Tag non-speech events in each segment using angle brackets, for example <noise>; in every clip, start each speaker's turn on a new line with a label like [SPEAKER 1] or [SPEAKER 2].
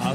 [SPEAKER 1] I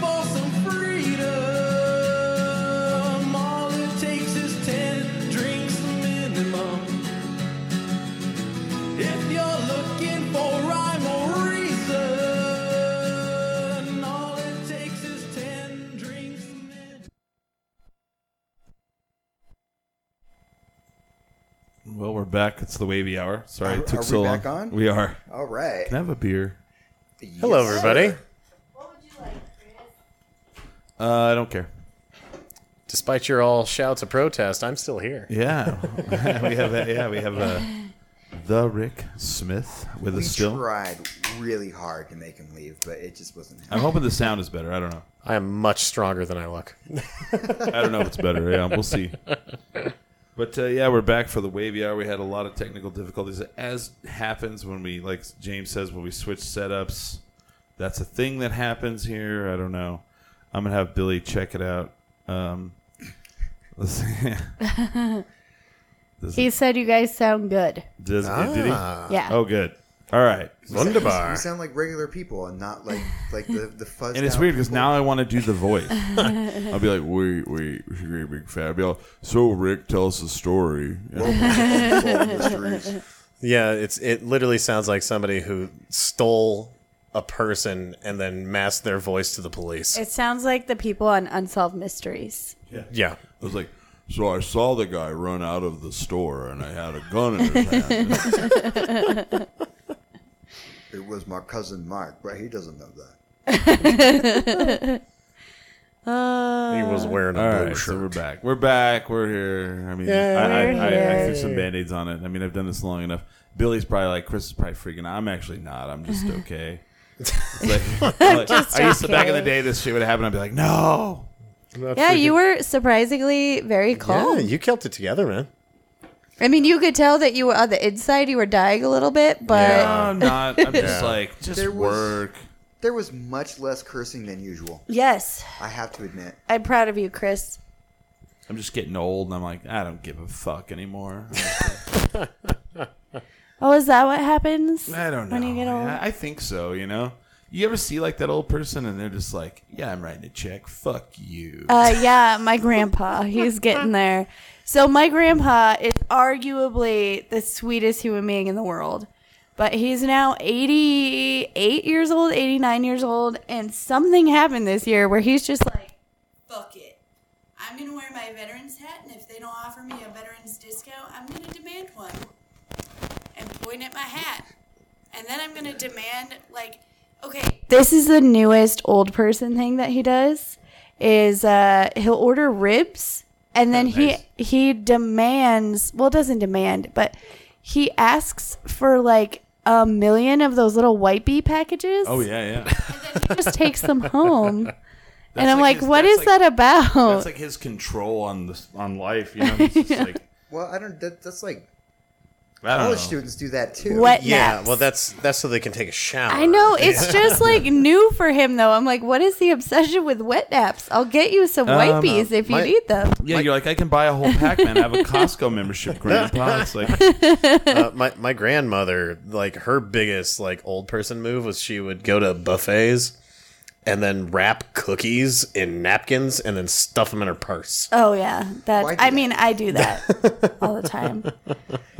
[SPEAKER 1] for some freedom, all it takes is 10 drinks minimum. If you're looking for rhyme or reason, all it takes is 10 drinks minimum.
[SPEAKER 2] Well, we're back. It's the wavy hour. Sorry,
[SPEAKER 3] Are-
[SPEAKER 2] it took
[SPEAKER 3] are we
[SPEAKER 2] so long.
[SPEAKER 3] back on?
[SPEAKER 2] We are.
[SPEAKER 3] All right.
[SPEAKER 2] Can I have a beer?
[SPEAKER 4] Hello,
[SPEAKER 3] Yes,
[SPEAKER 4] everybody.
[SPEAKER 2] Uh, I don't care.
[SPEAKER 4] Despite your all shouts of protest, I'm still here.
[SPEAKER 2] Yeah, <laughs> we have. A, yeah, we have a, the Rick Smith with
[SPEAKER 3] We
[SPEAKER 2] us still.
[SPEAKER 3] tried really hard to make him leave, but it just wasn't happening.
[SPEAKER 2] I'm hoping the sound is better. I don't know.
[SPEAKER 4] I am much stronger than I look.
[SPEAKER 2] I don't know if it's better. Yeah, we'll see. But uh, yeah, we're back for the wavy hour. We had a lot of technical difficulties, as happens when we, like James says, when we switch setups. That's a thing that happens here. I don't know. I'm gonna have Billy check it out. Um, <laughs> let's see.
[SPEAKER 5] He said you guys sound good.
[SPEAKER 2] Does, Did he?
[SPEAKER 5] Yeah.
[SPEAKER 2] Oh, good. All right.
[SPEAKER 3] We
[SPEAKER 4] Wunderbar.
[SPEAKER 3] sound like regular people and not like like the
[SPEAKER 2] <laughs>
[SPEAKER 3] the fuzz.
[SPEAKER 2] And it's
[SPEAKER 3] out
[SPEAKER 2] weird
[SPEAKER 3] <laughs>
[SPEAKER 2] because
[SPEAKER 3] people.
[SPEAKER 2] now I want to do the
[SPEAKER 3] <laughs>
[SPEAKER 2] voice.
[SPEAKER 6] I'll be like, wait, wait, she's a big fat. I'll be all, so Rick, tell us a story.
[SPEAKER 5] <laughs>
[SPEAKER 4] Yeah, it's it literally sounds like somebody who stole a person and then masked their voice to the police.
[SPEAKER 5] It sounds like the people on Unsolved Mysteries.
[SPEAKER 4] yeah.
[SPEAKER 6] I was like, so I saw the guy run out of the store and I had a gun in his hand.
[SPEAKER 3] it was my cousin Mark, but he doesn't know that.
[SPEAKER 5] Uh,
[SPEAKER 4] He was wearing a
[SPEAKER 2] <laughs> All
[SPEAKER 4] blue
[SPEAKER 2] right, so we're
[SPEAKER 4] shirt.
[SPEAKER 2] back. We're back. We're here. I mean, I, I, I, I threw some band-aids on it. I mean, I've done this long enough. Billy's probably like, Chris is probably freaking out. I'm actually not. I'm
[SPEAKER 3] <laughs>
[SPEAKER 2] just okay. It's like, like, I used to back in the
[SPEAKER 5] okay.
[SPEAKER 2] day, this shit would happen. I'd be like, no.
[SPEAKER 5] Yeah, you were surprisingly very
[SPEAKER 4] Yeah,
[SPEAKER 5] calm.
[SPEAKER 4] you kept it together, man.
[SPEAKER 5] I mean, you could tell that you were on the inside, you were dying a little bit, but
[SPEAKER 2] No, I'm not. I'm just
[SPEAKER 4] Yeah.
[SPEAKER 2] like, just
[SPEAKER 3] There was-
[SPEAKER 2] work.
[SPEAKER 3] There was much less cursing than usual.
[SPEAKER 5] yes,
[SPEAKER 3] I have to admit.
[SPEAKER 5] I'm proud of you, Chris.
[SPEAKER 2] I'm just getting old, and I'm like, I don't give a fuck anymore.
[SPEAKER 5] Oh, is that what happens?
[SPEAKER 2] I don't know.
[SPEAKER 5] <laughs> When you get old?
[SPEAKER 2] I, I think so. You know. You ever see like that old person, and they're just like, yeah, I'm writing a check. Fuck you.
[SPEAKER 5] Uh, yeah, my grandpa. He's getting there. So my grandpa is arguably the sweetest human being in the world, but he's now 88 years old, 89 years old, and something happened this year where he's just like, "Fuck it, I'm gonna wear my veterans hat, and if they don't offer me a veterans discount, I'm gonna demand one." And point at my hat, and then I'm gonna demand like, okay. This is the newest old person thing that he does is uh he'll order ribs and
[SPEAKER 2] Oh,
[SPEAKER 5] then he he demands well doesn't demand but he asks for like a million of those little wipey packages
[SPEAKER 2] oh yeah,
[SPEAKER 5] <laughs>
[SPEAKER 2] yeah.
[SPEAKER 5] he just takes
[SPEAKER 2] <laughs>
[SPEAKER 5] them home and i'm
[SPEAKER 2] like
[SPEAKER 5] like,
[SPEAKER 2] his-
[SPEAKER 5] what
[SPEAKER 2] that's
[SPEAKER 5] is
[SPEAKER 2] like-
[SPEAKER 5] that about
[SPEAKER 2] That's like his control on this on life. You know, he's
[SPEAKER 5] <laughs>
[SPEAKER 2] just like
[SPEAKER 3] Well, I don't. That, that's like
[SPEAKER 2] I don't know.
[SPEAKER 3] college students do that too.
[SPEAKER 5] what
[SPEAKER 4] Yeah,
[SPEAKER 5] next?
[SPEAKER 4] well that's that's so they can take a shower.
[SPEAKER 2] Oh.
[SPEAKER 5] I know
[SPEAKER 2] <laughs>
[SPEAKER 5] it's just like new for him though. I'm like, what is the obsession with wet naps? I'll get you some
[SPEAKER 2] Um,
[SPEAKER 5] wipies if you
[SPEAKER 4] my-
[SPEAKER 5] need them.
[SPEAKER 2] Yeah, you're like I can buy a whole pack, man. I have a <laughs> Costco membership, Grandpa. It's <laughs> like
[SPEAKER 4] uh, my my grandmother, like her biggest like old person move was she would go to buffets and then wrap cookies in napkins and then stuff them in her purse.
[SPEAKER 5] Oh yeah, that.
[SPEAKER 3] Why do
[SPEAKER 5] I
[SPEAKER 3] that?
[SPEAKER 5] mean, I
[SPEAKER 2] <laughs>
[SPEAKER 5] do that all the time.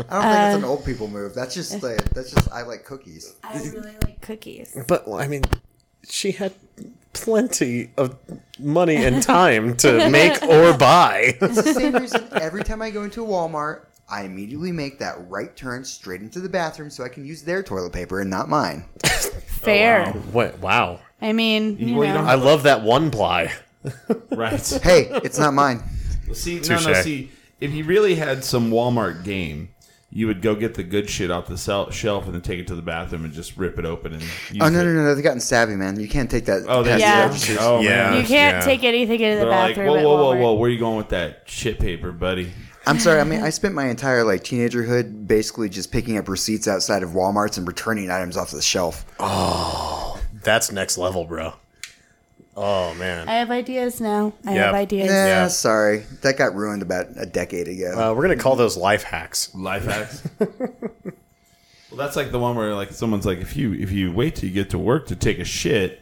[SPEAKER 3] I don't think it's an old people move. That's just like that's just I like cookies.
[SPEAKER 5] uh, I really like cookies.
[SPEAKER 2] Oh,
[SPEAKER 4] But well, I mean, she had plenty of money and time <laughs> to make or buy.
[SPEAKER 3] It's the same reason every time I go into a Walmart, I immediately make that right turn straight into the bathroom so I can use their toilet paper and not mine.
[SPEAKER 5] Fair.
[SPEAKER 4] <laughs> what? Wow!
[SPEAKER 5] I mean, you
[SPEAKER 2] Well, you
[SPEAKER 5] know.
[SPEAKER 2] don't
[SPEAKER 4] I love that one ply.
[SPEAKER 2] right.
[SPEAKER 3] Hey, it's not mine.
[SPEAKER 2] See, no, no,
[SPEAKER 4] Touche.
[SPEAKER 2] see, if you really had some Walmart game, you would go get the good shit off the sel- shelf and then take it to the bathroom and just rip it open and. Use
[SPEAKER 3] Oh no
[SPEAKER 2] it.
[SPEAKER 3] no no! They've gotten savvy, man. You can't take that.
[SPEAKER 2] Oh, that's
[SPEAKER 5] Yeah.
[SPEAKER 2] yeah. Oh
[SPEAKER 4] Yeah.
[SPEAKER 2] man.
[SPEAKER 5] You can't
[SPEAKER 4] Yeah.
[SPEAKER 5] take anything into the
[SPEAKER 2] They're like,
[SPEAKER 5] bathroom.
[SPEAKER 2] whoa,
[SPEAKER 5] at
[SPEAKER 2] whoa, whoa,
[SPEAKER 5] Walmart.
[SPEAKER 2] whoa! Where are you going with that shit paper, buddy?
[SPEAKER 3] I'm sorry. I mean, I spent my entire like teenagerhood basically just picking up receipts outside of WalMarts and returning items off the shelf.
[SPEAKER 4] That's next level, bro. Oh man.
[SPEAKER 5] I have ideas now. I
[SPEAKER 4] Yeah.
[SPEAKER 5] have ideas.
[SPEAKER 3] Yeah,
[SPEAKER 4] Yeah.
[SPEAKER 3] sorry. That got ruined about a decade ago.
[SPEAKER 4] Uh, we're gonna call those life hacks.
[SPEAKER 2] Life hacks. <laughs> well, that's like the one where like someone's like, if you if you wait till you get to work to take a shit,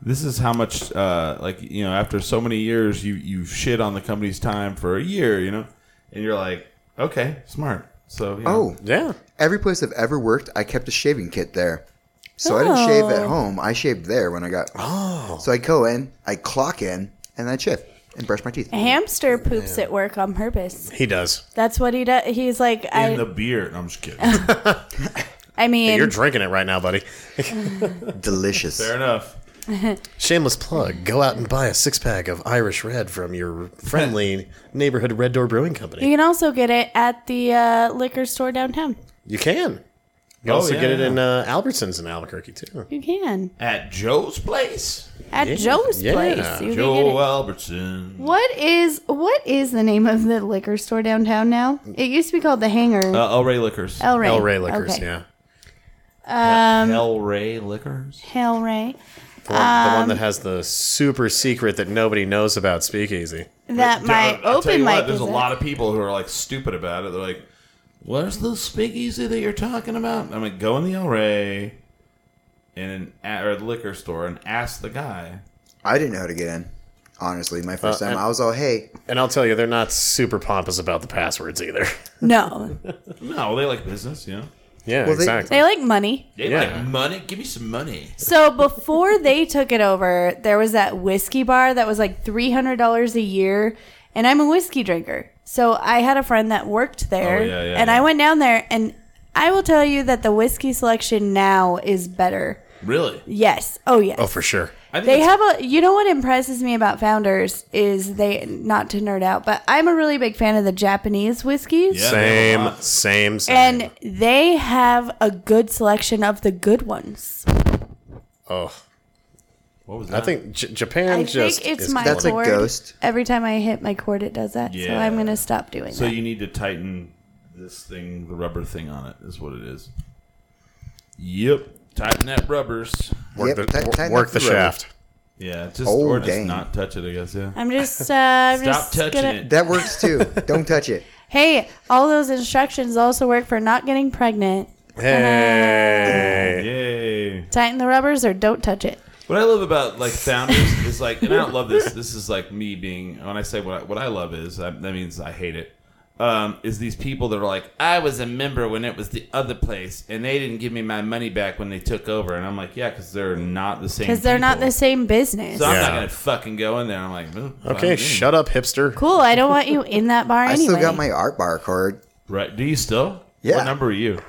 [SPEAKER 2] this is how much uh, like you know after so many years you you shit on the company's time for a year, you know, and you're like, okay, smart. So you know,
[SPEAKER 3] oh,
[SPEAKER 4] Yeah.
[SPEAKER 3] every place I've ever worked, I kept a shaving kit there. So I didn't shave at home. I shaved there when I got. Oh. So I go in, I clock in, and I shave and brush my teeth.
[SPEAKER 5] A hamster poops at work on purpose.
[SPEAKER 4] He does.
[SPEAKER 5] That's what he does. He's like, I,
[SPEAKER 2] in the beer. No, I'm just
[SPEAKER 5] <laughs>
[SPEAKER 2] kidding.
[SPEAKER 5] I mean,
[SPEAKER 4] You're drinking it right now, buddy.
[SPEAKER 3] Delicious.
[SPEAKER 2] Fair enough.
[SPEAKER 4] Shameless plug. Go out and buy a six pack of Irish Red from your friendly neighborhood Red Door Brewing
[SPEAKER 5] you
[SPEAKER 4] Company.
[SPEAKER 5] can also get it at the uh, liquor store downtown.
[SPEAKER 4] You can. You
[SPEAKER 2] Oh,
[SPEAKER 4] also
[SPEAKER 2] yeah,
[SPEAKER 4] get it
[SPEAKER 2] yeah.
[SPEAKER 4] in uh, Albertsons in Albuquerque too.
[SPEAKER 5] You can
[SPEAKER 2] At Joe's place,
[SPEAKER 5] at Joe's
[SPEAKER 4] yeah.
[SPEAKER 5] place. You can get
[SPEAKER 2] Joe
[SPEAKER 5] it.
[SPEAKER 2] Albertson.
[SPEAKER 5] What is what is the name of the liquor store downtown now? It used to be called the Hangar.
[SPEAKER 2] Uh, El Rey Liquors.
[SPEAKER 5] El Rey.
[SPEAKER 4] El Rey Liquors,
[SPEAKER 5] Okay.
[SPEAKER 4] yeah.
[SPEAKER 5] um,
[SPEAKER 2] El Rey Liquors.
[SPEAKER 5] El Rey.
[SPEAKER 4] The one, the one that
[SPEAKER 5] Um,
[SPEAKER 4] has the super secret that nobody knows about speakeasy.
[SPEAKER 5] That my
[SPEAKER 2] I'll tell
[SPEAKER 5] open
[SPEAKER 2] you
[SPEAKER 5] mic.
[SPEAKER 2] What, there's
[SPEAKER 5] is
[SPEAKER 2] a
[SPEAKER 5] at.
[SPEAKER 2] lot of people who are like stupid about it. They're like, "Where's the speakeasy that you're talking about?" I'm like, "Go in the El Rey, in an a- or the liquor store, and ask the guy."
[SPEAKER 3] I didn't know how to get in. Honestly, my first
[SPEAKER 4] Uh,
[SPEAKER 3] time,
[SPEAKER 4] and-
[SPEAKER 3] I was all, "Hey,
[SPEAKER 4] And I'll tell you, they're not super pompous about the passwords either. <laughs>
[SPEAKER 5] <laughs> No,
[SPEAKER 2] No, they like business, you know.
[SPEAKER 4] yeah,
[SPEAKER 3] Well, they-
[SPEAKER 4] exactly.
[SPEAKER 5] they like money.
[SPEAKER 2] They
[SPEAKER 4] Yeah.
[SPEAKER 2] like money. Give me some money.
[SPEAKER 5] So
[SPEAKER 2] <laughs>
[SPEAKER 5] before they took it over, there was that whiskey bar that was like three hundred dollars a year, and I'm a whiskey drinker. So I had a friend that worked there,
[SPEAKER 2] Oh, yeah, yeah,
[SPEAKER 5] and I
[SPEAKER 2] yeah.
[SPEAKER 5] went down there, and I will tell you that the whiskey selection now is better.
[SPEAKER 2] Really?
[SPEAKER 5] Yes, oh yes.
[SPEAKER 4] oh, for sure.
[SPEAKER 2] I think
[SPEAKER 5] They
[SPEAKER 2] it's-
[SPEAKER 5] have a. You know what impresses me about founders is they not to nerd out, but I'm a really big fan of the Japanese whiskeys.
[SPEAKER 2] Yeah, they have a
[SPEAKER 4] Same,
[SPEAKER 2] lot.
[SPEAKER 4] same, same.
[SPEAKER 5] And they have a good selection of the good ones.
[SPEAKER 4] oh,
[SPEAKER 2] What was
[SPEAKER 4] I
[SPEAKER 2] that?
[SPEAKER 4] think J- Japan
[SPEAKER 5] I
[SPEAKER 4] just.
[SPEAKER 5] think it's
[SPEAKER 4] is
[SPEAKER 5] my
[SPEAKER 3] That's a
[SPEAKER 4] killing
[SPEAKER 5] cord.
[SPEAKER 3] ghost.
[SPEAKER 5] Every time I hit my cord, it does that. So
[SPEAKER 2] Yeah.
[SPEAKER 5] I'm gonna stop doing
[SPEAKER 2] so.
[SPEAKER 5] that.
[SPEAKER 2] You need to tighten this thing, the rubber thing on it, is what it is. Yep, tighten that rubbers.
[SPEAKER 4] it. Work
[SPEAKER 3] Yep,
[SPEAKER 4] the,
[SPEAKER 3] tight-
[SPEAKER 4] wor-
[SPEAKER 3] tighten
[SPEAKER 4] work
[SPEAKER 3] up
[SPEAKER 4] the
[SPEAKER 3] the rope.
[SPEAKER 4] shaft.
[SPEAKER 2] Yeah, just
[SPEAKER 3] Oh,
[SPEAKER 2] or just
[SPEAKER 3] dang.
[SPEAKER 2] not touch it. I guess. Yeah.
[SPEAKER 5] I'm just. Uh, I'm
[SPEAKER 2] Stop
[SPEAKER 5] just
[SPEAKER 2] touching
[SPEAKER 5] gonna,
[SPEAKER 2] it.
[SPEAKER 3] that works too. Don't touch it."
[SPEAKER 5] Hey, all those instructions also work for not getting pregnant.
[SPEAKER 4] Hey.
[SPEAKER 2] Yay.
[SPEAKER 5] Tighten the rubbers or don't touch it.
[SPEAKER 2] What I love about like founders is like, and I don't love this. This is like me being. When I say what I, what I love is, I, that means I hate it. Um, is these people that are like, I was a member when it was the other place, and they didn't give me my money back when they took over, and I'm like, yeah, because they're not the same.
[SPEAKER 5] Because they're not the
[SPEAKER 2] people.
[SPEAKER 5] same business.
[SPEAKER 2] So I'm not
[SPEAKER 4] Yeah.
[SPEAKER 2] gonna fucking go in there. I'm like, "Ooh, fine."
[SPEAKER 4] Okay, shut up, hipster.
[SPEAKER 5] Cool. I don't want you in that
[SPEAKER 3] <laughs>
[SPEAKER 5] bar
[SPEAKER 3] I
[SPEAKER 5] anyway.
[SPEAKER 3] still got my art bar card,
[SPEAKER 2] Right? Do you still?
[SPEAKER 3] Yeah.
[SPEAKER 2] What number are you?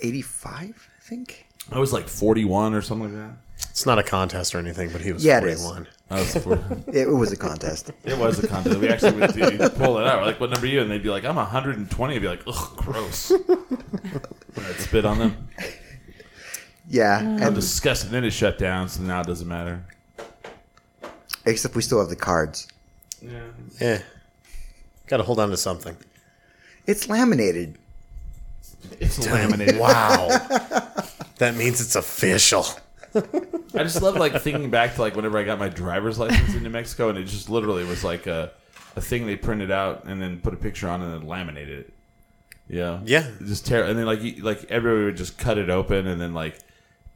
[SPEAKER 3] eighty-five, I think.
[SPEAKER 2] I was like 41 or something like that.
[SPEAKER 4] It's not a contest or anything, but he was
[SPEAKER 3] Yeah, it is.
[SPEAKER 4] 41.
[SPEAKER 2] I was 40.
[SPEAKER 3] It was a contest.
[SPEAKER 2] It was a contest. We actually would do, pull it out. We're like, what number are you? And they'd be like, I'm 120. I'd be like, ugh, gross. And I'd spit on them.
[SPEAKER 3] Yeah,
[SPEAKER 2] I'm
[SPEAKER 3] and
[SPEAKER 2] disgusted. Then it shut down, so now it doesn't matter.
[SPEAKER 3] except we still have the cards.
[SPEAKER 2] Yeah.
[SPEAKER 4] Eh. Got to hold on to something.
[SPEAKER 3] It's laminated.
[SPEAKER 2] It's laminated.
[SPEAKER 4] Wow. <laughs> that means it's official.
[SPEAKER 2] I just love like thinking back to like whenever I got my driver's license in New Mexico, and it just literally was like a, a thing they printed out and then put a picture on and then laminated it. Yeah,
[SPEAKER 4] Yeah.
[SPEAKER 2] Just tear and then like you, like everybody would just cut it open and then like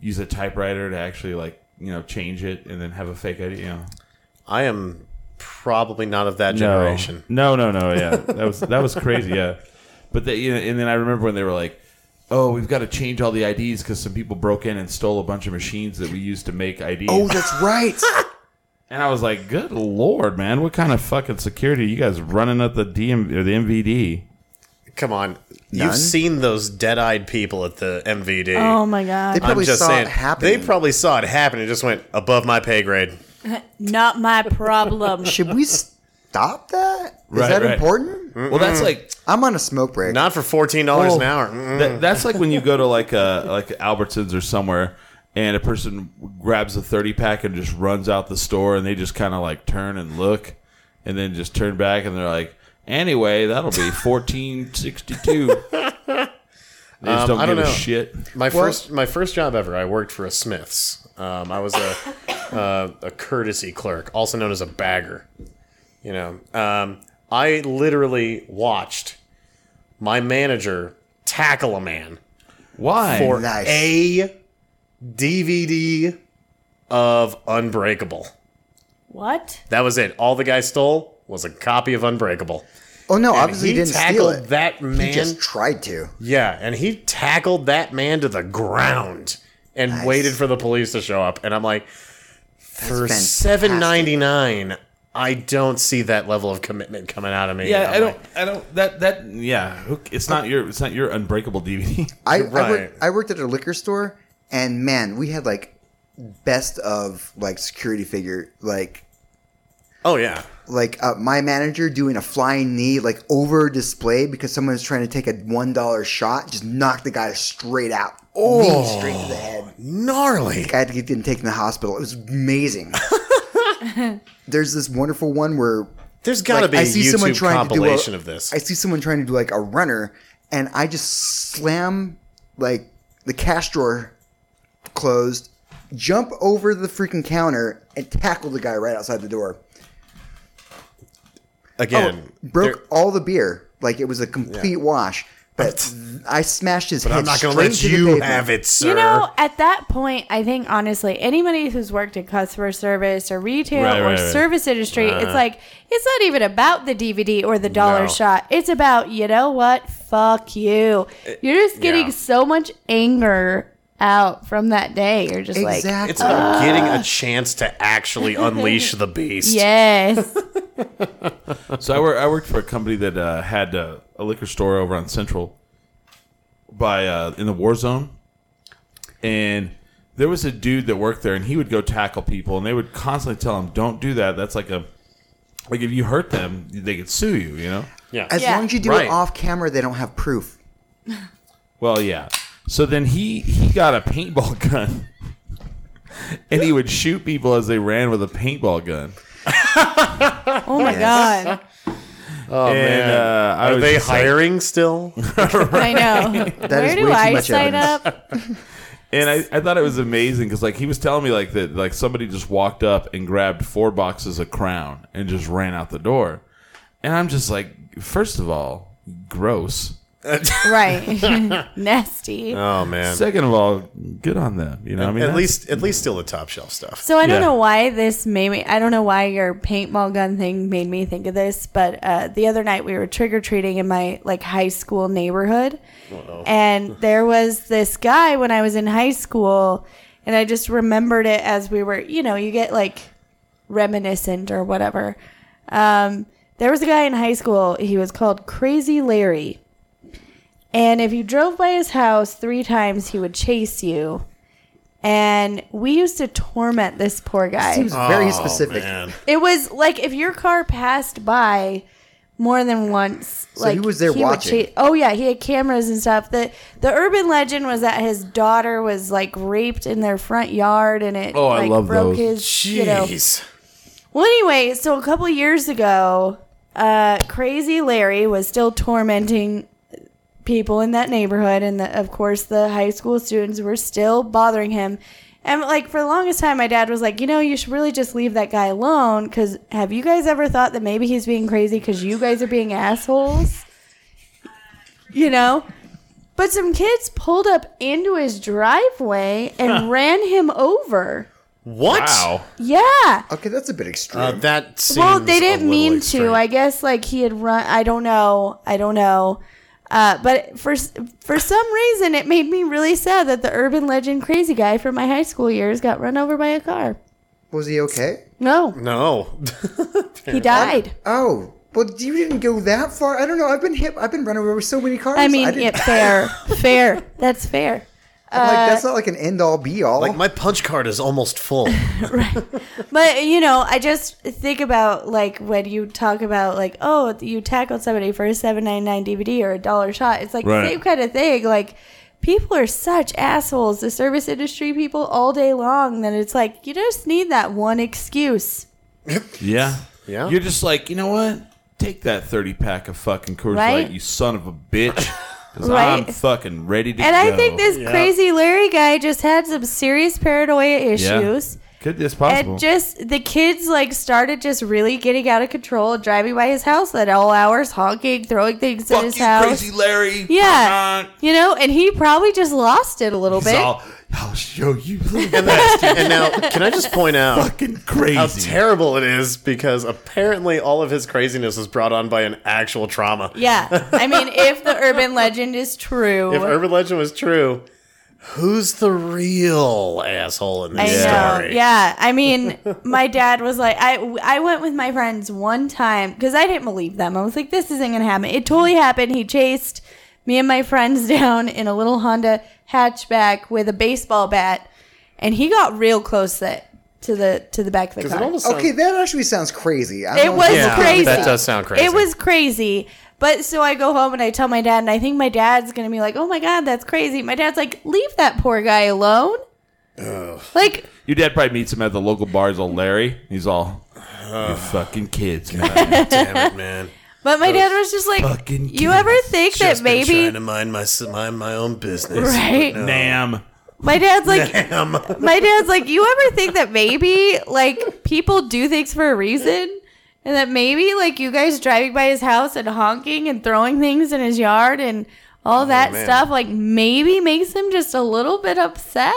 [SPEAKER 2] use a typewriter to actually like you know change it and then have a fake idea. You know.
[SPEAKER 4] I am probably not of that generation.
[SPEAKER 2] No, no, no. Yeah, that was that was crazy. Yeah, but they, you know, and then I remember when they were like, "Oh, we've got to change all the IDs because some people broke in and stole a bunch of machines that we used to make IDs."
[SPEAKER 3] Oh, that's right.
[SPEAKER 2] And I was like, "Good lord, man! What kind of fucking security you guys running at the DM or the MVD?"
[SPEAKER 4] Come on.
[SPEAKER 3] None?
[SPEAKER 4] You've seen those dead eyed people at the MVD.
[SPEAKER 5] Oh my god. <laughs>
[SPEAKER 3] They probably saw it happen.
[SPEAKER 4] They probably saw it happen. It just went above my pay grade.
[SPEAKER 5] Not
[SPEAKER 3] <laughs>
[SPEAKER 5] my problem.
[SPEAKER 3] Should we stop that? Is
[SPEAKER 2] Right,
[SPEAKER 3] that
[SPEAKER 2] right.
[SPEAKER 3] important?
[SPEAKER 2] Well, that's like
[SPEAKER 3] I'm on a smoke break.
[SPEAKER 4] Not for fourteen dollars an
[SPEAKER 2] Oh.
[SPEAKER 4] hour. Mm.
[SPEAKER 2] That, that's like when you go to like a like Albertsons or somewhere, and a person grabs a thirty pack and just runs out the store, and they just kind of like turn and look, and then just turn back, and they're like, Anyway, that'll be
[SPEAKER 4] <laughs>
[SPEAKER 2] 1462. They just don't
[SPEAKER 4] Um, I
[SPEAKER 2] give
[SPEAKER 4] don't
[SPEAKER 2] a
[SPEAKER 4] know.
[SPEAKER 2] shit.
[SPEAKER 4] My first my first job ever, I worked for a Smith's. Um, I was a <coughs> uh, a courtesy clerk, also known as a bagger. You know, um, I literally watched my manager tackle a man
[SPEAKER 2] Why?
[SPEAKER 4] for
[SPEAKER 3] Nice.
[SPEAKER 4] a DVD of Unbreakable.
[SPEAKER 5] What?
[SPEAKER 4] That was it. All the guy stole was a copy of Unbreakable.
[SPEAKER 3] Oh no,
[SPEAKER 4] And
[SPEAKER 3] obviously
[SPEAKER 4] he
[SPEAKER 3] he didn't steal
[SPEAKER 4] tackled
[SPEAKER 3] it.
[SPEAKER 4] that man.
[SPEAKER 3] he just tried to.
[SPEAKER 4] Yeah, and he tackled that man to the ground and waited for the police to show up. And I'm like, for
[SPEAKER 3] fantastic.
[SPEAKER 4] seven ninety nine, I don't see that level of commitment coming out of me.
[SPEAKER 2] Yeah,
[SPEAKER 4] I'm
[SPEAKER 2] I don't.
[SPEAKER 4] like,
[SPEAKER 2] I don't. That that. Yeah, who- it's not your. It's not your unbreakable DVD.
[SPEAKER 3] I, I,
[SPEAKER 4] Right.
[SPEAKER 3] worked, I worked at a liquor store, and man, we had like best of like security figure like
[SPEAKER 4] oh yeah,
[SPEAKER 3] like uh, my manager doing a flying knee like over display because someone was trying to take a one dollar shot, just knocked the guy straight out,
[SPEAKER 2] Oh.
[SPEAKER 3] knee straight to the head.
[SPEAKER 4] gnarly.
[SPEAKER 3] I had to get him taken to the hospital. It was amazing.
[SPEAKER 2] <laughs>
[SPEAKER 3] There's this wonderful one where
[SPEAKER 4] There's got to
[SPEAKER 3] like,
[SPEAKER 4] be
[SPEAKER 3] I
[SPEAKER 4] a
[SPEAKER 3] see
[SPEAKER 4] YouTube
[SPEAKER 3] someone trying to do a-
[SPEAKER 4] compilation of this.
[SPEAKER 3] I see someone trying to do like a runner, and I just slam like the cash drawer closed, jump over the freaking counter, and tackle the guy right outside the door.
[SPEAKER 4] Again,
[SPEAKER 3] Broke
[SPEAKER 4] there-
[SPEAKER 3] all the beer, like it was a complete wash. But I smashed his head
[SPEAKER 4] I'm not going
[SPEAKER 3] straight
[SPEAKER 4] to let
[SPEAKER 3] to the
[SPEAKER 4] you
[SPEAKER 3] pavement.
[SPEAKER 4] have it, sir.
[SPEAKER 5] You know, at that point, I think honestly, anybody who's worked in customer service or retail
[SPEAKER 2] Right,
[SPEAKER 5] or
[SPEAKER 2] right, right.
[SPEAKER 5] service industry, it's like it's not even about the DVD or the dollar
[SPEAKER 4] No.
[SPEAKER 5] shot. It's about you know what? Fuck you. You're just getting
[SPEAKER 4] yeah.
[SPEAKER 5] so much anger out from that day. You're just like,
[SPEAKER 3] Exactly.
[SPEAKER 4] it's
[SPEAKER 5] uh,
[SPEAKER 4] about getting a chance to
[SPEAKER 5] <laughs>
[SPEAKER 4] actually unleash the beast.
[SPEAKER 5] yes,
[SPEAKER 2] So I, wor- I worked for a company that uh, had uh, a liquor store over on Central, by uh, in the war zone, and there was a dude that worked there, and he would go tackle people, and they would constantly tell him, "Don't do that. That's like a like if you hurt them, they could sue you." You know.
[SPEAKER 4] Yeah.
[SPEAKER 3] As
[SPEAKER 5] Yeah.
[SPEAKER 3] long as you do
[SPEAKER 4] Right.
[SPEAKER 3] it off camera, they don't have proof.
[SPEAKER 2] Well, yeah. So then he he got a paintball <laughs> gun, and he would shoot people as they ran with a paintball gun.
[SPEAKER 5] oh my god,
[SPEAKER 4] oh
[SPEAKER 2] and uh, I
[SPEAKER 4] Are
[SPEAKER 2] was
[SPEAKER 4] they
[SPEAKER 2] just like-
[SPEAKER 4] hiring still?
[SPEAKER 5] I know.
[SPEAKER 3] is
[SPEAKER 5] Where
[SPEAKER 3] way
[SPEAKER 5] do
[SPEAKER 3] too
[SPEAKER 5] I
[SPEAKER 3] much
[SPEAKER 5] sign
[SPEAKER 3] evidence.
[SPEAKER 5] up?
[SPEAKER 2] and I, I thought it was amazing because like he was telling me like that like somebody just walked up and grabbed four boxes of Crown and just ran out the door, and I'm just like, first of all, gross.
[SPEAKER 5] right, <laughs> nasty.
[SPEAKER 4] Oh man.
[SPEAKER 2] Second of all, good on them. You know, what I mean,
[SPEAKER 4] at
[SPEAKER 2] That's-
[SPEAKER 4] least at least still the top shelf stuff.
[SPEAKER 5] So I don't
[SPEAKER 2] Yeah.
[SPEAKER 5] know why this made me. I don't know why your paintball gun thing made me think of this, but uh, the other night we were trick or treating in my like high school neighborhood, and there was this guy when I was in high school, and I just remembered it as we were. You know, you get like reminiscent or whatever. Um, there was a guy in high school. He was called Crazy Larry, and if you drove by his house three times, he would chase you and we used to torment this poor guy.
[SPEAKER 3] Seems very specific.
[SPEAKER 4] Oh, Man.
[SPEAKER 5] It was like if your car passed by more than once, like
[SPEAKER 3] he was there
[SPEAKER 5] would
[SPEAKER 3] watching.
[SPEAKER 5] cha- oh yeah, he had cameras and stuff. the The urban legend was that his daughter was like raped in their front yard, and it
[SPEAKER 2] Oh, I
[SPEAKER 5] like
[SPEAKER 2] love
[SPEAKER 5] broke
[SPEAKER 2] those.
[SPEAKER 5] his you know
[SPEAKER 4] Jeez.
[SPEAKER 5] well, anyway, so a couple years ago, uh, Crazy Larry was still tormenting people in that neighborhood, and the, of course, the high school students were still bothering him. And like for the longest time, my dad was like, you know, you should really just leave that guy alone. Because have you guys ever thought that maybe he's being crazy because you guys are being assholes? You know. But some kids pulled up into his driveway and ran him over.
[SPEAKER 4] What?
[SPEAKER 2] wow.
[SPEAKER 5] Yeah.
[SPEAKER 3] Okay, that's a bit extreme.
[SPEAKER 4] Uh, that seems
[SPEAKER 5] Well, they didn't mean to. I
[SPEAKER 4] Like,
[SPEAKER 5] guess like he had run. I don't know. I don't know. Uh, but for s- for some reason, it made me really sad that the urban legend crazy guy from my high school years got run over by a car.
[SPEAKER 3] was he okay?
[SPEAKER 5] No,
[SPEAKER 4] no. <laughs>
[SPEAKER 5] he died.
[SPEAKER 3] Oh, well, you didn't go that far. I don't know. I've been hit. I've been run over with so many cars.
[SPEAKER 5] I mean,
[SPEAKER 3] didn't-
[SPEAKER 5] yeah, fair, fair. That's fair.
[SPEAKER 3] I'm like
[SPEAKER 5] uh,
[SPEAKER 3] that's not like an end all be all.
[SPEAKER 4] like my punch card is almost full.
[SPEAKER 5] But you know, I just think about like when you talk about like, oh, you tackled somebody for a seven ninety nine DVD or a dollar shot. It's like
[SPEAKER 2] Right.
[SPEAKER 5] the same kind of thing. Like people are such assholes, the service industry people all day long. That it's like you just need that one excuse.
[SPEAKER 2] Yeah.
[SPEAKER 4] Yeah.
[SPEAKER 2] You're just like, you know what? take that thirty pack of fucking Coors
[SPEAKER 5] Right?
[SPEAKER 2] Light, you son of a
[SPEAKER 4] <laughs>
[SPEAKER 2] bitch, because I'm
[SPEAKER 5] Right?
[SPEAKER 2] fucking ready to
[SPEAKER 5] And
[SPEAKER 2] go.
[SPEAKER 5] I think this
[SPEAKER 4] Yeah.
[SPEAKER 5] crazy Larry guy just had some serious paranoia
[SPEAKER 2] Yeah.
[SPEAKER 5] issues.
[SPEAKER 2] could this possible?
[SPEAKER 5] And just the kids like started just really getting out of control, driving by his house at all hours, honking, throwing things
[SPEAKER 2] Fuck
[SPEAKER 5] at his
[SPEAKER 2] you,
[SPEAKER 5] house.
[SPEAKER 2] crazy Larry.
[SPEAKER 4] Uh-huh.
[SPEAKER 5] Yeah.
[SPEAKER 2] Fuck.
[SPEAKER 5] You know, and he probably just lost it a little
[SPEAKER 2] He's
[SPEAKER 5] bit.
[SPEAKER 2] all, I'll show you, <laughs>
[SPEAKER 4] And, that- and now, can I just point out
[SPEAKER 2] fucking
[SPEAKER 4] how
[SPEAKER 2] crazy.
[SPEAKER 4] terrible it is because apparently all of his craziness was brought on by an actual trauma.
[SPEAKER 5] yeah. I mean, if the urban legend is true.
[SPEAKER 4] If urban legend was true, who's the real asshole in
[SPEAKER 5] I
[SPEAKER 4] this
[SPEAKER 5] know.
[SPEAKER 4] story?
[SPEAKER 5] Yeah.
[SPEAKER 4] <laughs>
[SPEAKER 5] I mean, my dad was like, I, I went with my friends one time because I didn't believe them. I was like, this isn't going to happen. It totally happened. He chased me and my friends <laughs> down in a little Honda hatchback with a baseball bat, and he got real close that, to the to the back of the
[SPEAKER 4] Because it
[SPEAKER 5] car.
[SPEAKER 4] almost sounds-
[SPEAKER 5] <laughs>
[SPEAKER 3] Okay, that actually sounds crazy. I
[SPEAKER 5] It
[SPEAKER 3] don't
[SPEAKER 5] was
[SPEAKER 3] know.
[SPEAKER 4] Yeah,
[SPEAKER 5] crazy.
[SPEAKER 4] that does sound crazy.
[SPEAKER 5] It was crazy. But so I go home and I tell my dad, and I think my dad's gonna be like, "Oh my god, that's crazy." My dad's like, "Leave that poor guy alone." Like,
[SPEAKER 2] Your dad probably meets him at the local bar. He's all Larry. He's all, you fucking kids, man.
[SPEAKER 4] damn it, man.
[SPEAKER 5] but my dad was just like,
[SPEAKER 2] fucking
[SPEAKER 5] "You ever think that
[SPEAKER 4] Just been trying to
[SPEAKER 5] maybe?"
[SPEAKER 4] mind my mind my own business.
[SPEAKER 5] Right.
[SPEAKER 4] No.
[SPEAKER 2] Nam.
[SPEAKER 5] My
[SPEAKER 4] <laughs>
[SPEAKER 5] dad's like,
[SPEAKER 4] Damn.
[SPEAKER 5] my dad's like, "You ever think that maybe like people do things for a reason?" And that maybe like you guys driving by his house and honking and throwing things in his yard and all that
[SPEAKER 4] Oh, man.
[SPEAKER 5] stuff like maybe makes him just a little bit upset.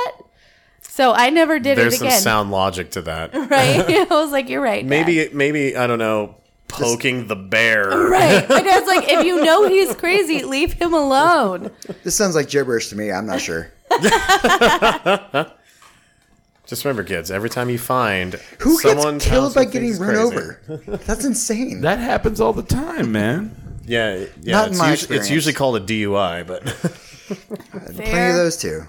[SPEAKER 5] So I never did
[SPEAKER 4] There's
[SPEAKER 5] it
[SPEAKER 4] some
[SPEAKER 5] again.
[SPEAKER 4] sound logic to that. <laughs>
[SPEAKER 5] <laughs> right? I was like, you're right. Dad."
[SPEAKER 4] Maybe maybe I don't know, poking the bear.
[SPEAKER 5] Right. My dad's like, if you know he's crazy, leave him alone.
[SPEAKER 3] This sounds like gibberish to me. I'm not
[SPEAKER 4] <laughs>
[SPEAKER 3] sure.
[SPEAKER 4] Just remember, kids. Every time you find
[SPEAKER 3] Who
[SPEAKER 4] someone's
[SPEAKER 3] gets killed
[SPEAKER 4] house
[SPEAKER 3] by
[SPEAKER 4] who
[SPEAKER 3] getting
[SPEAKER 4] thinks
[SPEAKER 3] run
[SPEAKER 4] crazy- <laughs>
[SPEAKER 3] over? That's insane.
[SPEAKER 2] That happens all the time, man.
[SPEAKER 4] Yeah, yeah.
[SPEAKER 3] Not in
[SPEAKER 4] it's,
[SPEAKER 3] my
[SPEAKER 4] usu- it's
[SPEAKER 3] experience.
[SPEAKER 4] usually called a DUI, but <laughs>
[SPEAKER 3] Plenty of those too.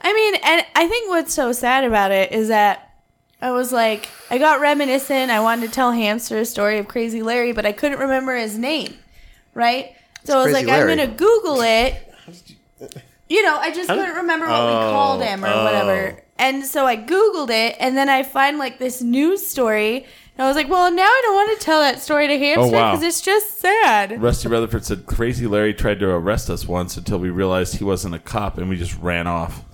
[SPEAKER 5] I mean, and I think what's so sad about it is that I was like, I got reminiscent. I wanted to tell Hamster a story of Crazy Larry, but I couldn't remember his name, right? So I was
[SPEAKER 3] Crazy
[SPEAKER 5] like,
[SPEAKER 3] Larry.
[SPEAKER 5] I'm going to Google it. You know, I just couldn't remember what we called him or whatever. And so I Googled it, and then I find like this news story. And I was like, well, now I don't want to tell that story to Hamster
[SPEAKER 2] wow.
[SPEAKER 5] because it's just sad.
[SPEAKER 2] Rusty Rutherford said, Crazy Larry tried to arrest us once until we realized he wasn't a cop and we just ran <laughs> off.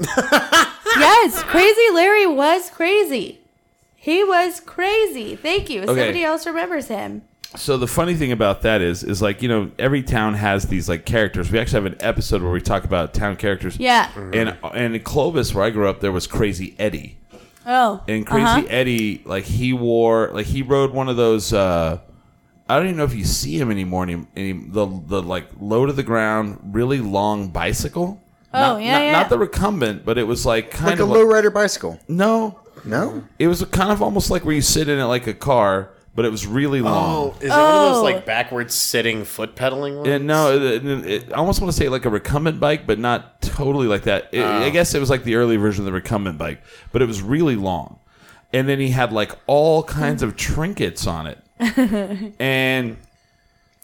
[SPEAKER 5] Yes, Crazy Larry was crazy. He was crazy. Thank you. Somebody else remembers him.
[SPEAKER 2] So the funny thing about that is, is like, you know, every town has these like characters. We actually have an episode where we talk about town characters.
[SPEAKER 5] Yeah.
[SPEAKER 2] And, and in Clovis, where I grew up, there was Crazy Eddie.
[SPEAKER 5] Oh.
[SPEAKER 2] and Crazy Eddie, like he wore, like he rode one of those. Uh, I don't even know if you see him anymore. Any, any, the the like low to the ground, really long bicycle.
[SPEAKER 5] Oh,
[SPEAKER 2] not,
[SPEAKER 5] yeah,
[SPEAKER 2] not,
[SPEAKER 5] yeah.
[SPEAKER 2] not the recumbent, but it was like kind
[SPEAKER 3] Like a
[SPEAKER 2] of like,
[SPEAKER 3] lowrider bicycle.
[SPEAKER 2] no.
[SPEAKER 3] No?
[SPEAKER 2] It was kind of almost like where you sit in it like a car, but it was really long.
[SPEAKER 4] is it one of
[SPEAKER 5] Oh.
[SPEAKER 4] those like backwards sitting foot pedaling ones?
[SPEAKER 2] Yeah, no, it, it, it- I almost want to say like a recumbent bike, but not totally like that. It- I guess it was like the early version of the recumbent bike, but it was really long. And then he had like all kinds of trinkets on it, and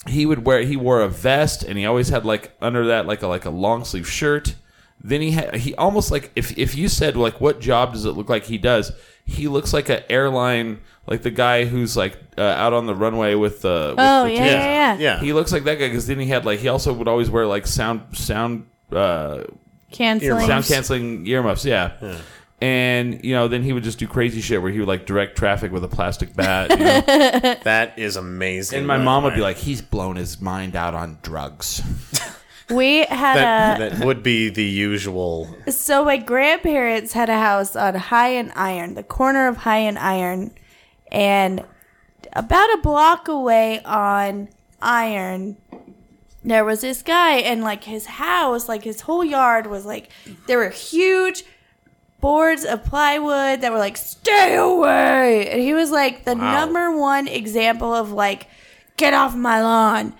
[SPEAKER 2] he would wear he wore a vest, and he always had like under that like a like a long sleeve shirt. Then he had he almost like if if you said like what job does it look like he does, he looks like an airline like the guy who's like uh, out on the runway with the with
[SPEAKER 5] Oh,
[SPEAKER 2] the
[SPEAKER 5] yeah,
[SPEAKER 2] kids.
[SPEAKER 5] yeah, yeah.
[SPEAKER 4] yeah.
[SPEAKER 2] He looks like that guy because then he had like he also would always wear like sound sound uh,
[SPEAKER 5] Canceling.
[SPEAKER 2] sound canceling earmuffs. Yeah. And you know, then he would just do crazy shit where he would like direct traffic with a plastic bat. You know?
[SPEAKER 4] that is amazing.
[SPEAKER 2] and my
[SPEAKER 4] by
[SPEAKER 2] mom
[SPEAKER 4] the
[SPEAKER 2] would be
[SPEAKER 4] way.
[SPEAKER 2] like, "He's blown his mind out on drugs."
[SPEAKER 5] We had a.
[SPEAKER 4] that, that would be the usual.
[SPEAKER 5] So my grandparents had a house on High and Iron, the corner of High and Iron, and about a block away on Iron, there was this guy, and like his house, like his whole yard was like there were huge boards of plywood that were like "Stay away," and he was like the number one example of like "Get off my lawn."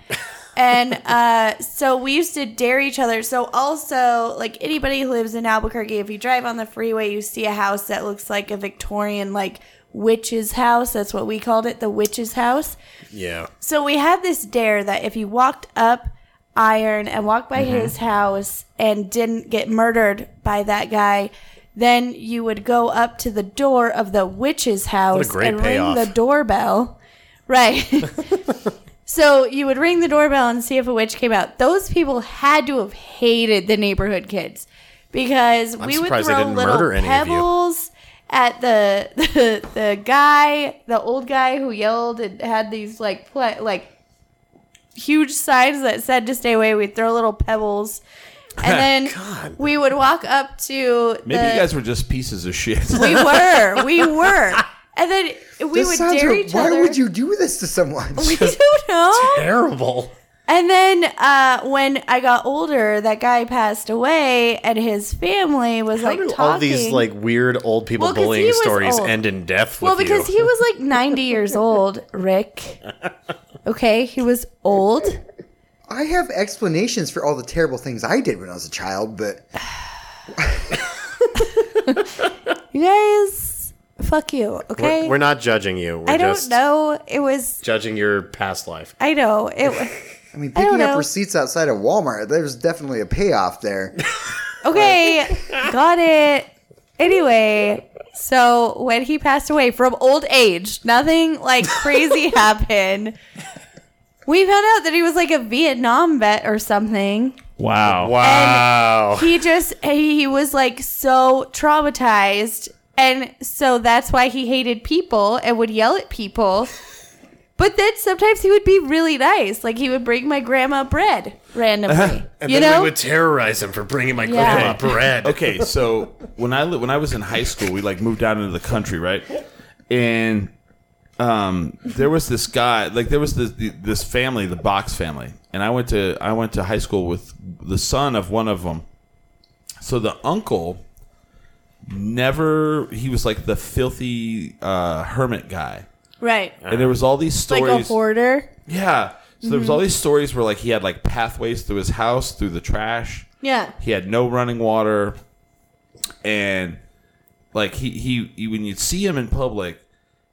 [SPEAKER 5] and uh, so we used to dare each other. So also, like anybody who lives in Albuquerque, if you drive on the freeway, you see a house that looks like a Victorian like witch's house. That's what we called it, the witch's house. <laughs>
[SPEAKER 4] Yeah.
[SPEAKER 5] So we had this dare that if you walked up Iron and walked by
[SPEAKER 4] Mm-hmm.
[SPEAKER 5] his house and didn't get murdered by that guy, then you would go up to the door of the witch's house
[SPEAKER 4] great
[SPEAKER 5] and
[SPEAKER 4] payoff.
[SPEAKER 5] <laughs> ring the doorbell. Right. So you would ring the doorbell and see if a witch came out. Those people had to have hated the neighborhood kids because we would
[SPEAKER 4] surprised they
[SPEAKER 5] throw
[SPEAKER 4] didn't murder
[SPEAKER 5] little
[SPEAKER 4] any of you.
[SPEAKER 5] pebbles at the, <laughs> the the guy, the old guy who yelled and had these like pla like huge signs that said to stay away. We'd throw
[SPEAKER 4] <laughs>
[SPEAKER 5] little pebbles. And then we would walk up to
[SPEAKER 2] Maybe
[SPEAKER 5] the,
[SPEAKER 2] you guys were just pieces of shit.
[SPEAKER 5] <laughs> we were. We
[SPEAKER 4] <laughs>
[SPEAKER 5] were. And then we
[SPEAKER 3] This
[SPEAKER 5] would
[SPEAKER 3] sounds
[SPEAKER 5] dare
[SPEAKER 3] hor-
[SPEAKER 5] each
[SPEAKER 3] why
[SPEAKER 5] other.
[SPEAKER 3] would you do this to someone?
[SPEAKER 5] <laughs> We don't know.
[SPEAKER 4] Terrible.
[SPEAKER 5] And then uh, when I got older, that guy passed away, and his family was
[SPEAKER 4] How
[SPEAKER 5] like
[SPEAKER 4] do
[SPEAKER 5] talking.
[SPEAKER 4] all these like weird old people
[SPEAKER 5] Well, 'cause he
[SPEAKER 4] bullying
[SPEAKER 5] was
[SPEAKER 4] stories
[SPEAKER 5] old.
[SPEAKER 4] end in death with
[SPEAKER 5] well, because
[SPEAKER 4] you?
[SPEAKER 5] he was like 90
[SPEAKER 4] <laughs>
[SPEAKER 5] years old, Rick. Okay, he was old.
[SPEAKER 3] I have explanations for all the terrible things I did when I was a child, but
[SPEAKER 5] You guys, fuck you. Okay,
[SPEAKER 4] we're, we're not judging you. We're
[SPEAKER 5] I don't
[SPEAKER 4] just
[SPEAKER 5] know. It was.
[SPEAKER 4] judging your past life.
[SPEAKER 5] I know it. wa-
[SPEAKER 3] I mean,
[SPEAKER 5] don't
[SPEAKER 3] picking up
[SPEAKER 5] know.
[SPEAKER 3] receipts outside of Walmart, there's definitely a payoff there.
[SPEAKER 5] Okay, got it. Anyway, so when he passed away from old age, nothing
[SPEAKER 4] <laughs>
[SPEAKER 5] like crazy happened. We found out that he was like a Vietnam vet or something.
[SPEAKER 2] <laughs> wow.
[SPEAKER 4] Wow.
[SPEAKER 5] He just he was like so traumatized and so that's why he hated people and would yell at people. But then sometimes he would be really nice. Like he would bring my grandma bread randomly.
[SPEAKER 4] <laughs> And
[SPEAKER 5] you
[SPEAKER 4] then
[SPEAKER 5] know?
[SPEAKER 4] we would terrorize him for bringing my
[SPEAKER 5] Yeah.
[SPEAKER 4] grandma bread.
[SPEAKER 2] okay, so when I li- when I was in high school, we like moved out into the country, right? And um, there was this guy, like there was this this family, the Box family, and I went to I went to high school with the son of one of them. So the uncle never he was like the filthy uh, hermit guy,
[SPEAKER 5] right.
[SPEAKER 2] and there was all these
[SPEAKER 5] Like
[SPEAKER 2] stories.
[SPEAKER 5] a Mm-hmm. hoarder.
[SPEAKER 2] Yeah. So there was all these stories where like he had like pathways through his house, through the trash.
[SPEAKER 5] Yeah.
[SPEAKER 2] He had no running water. And like he he, he when you'd see him in public,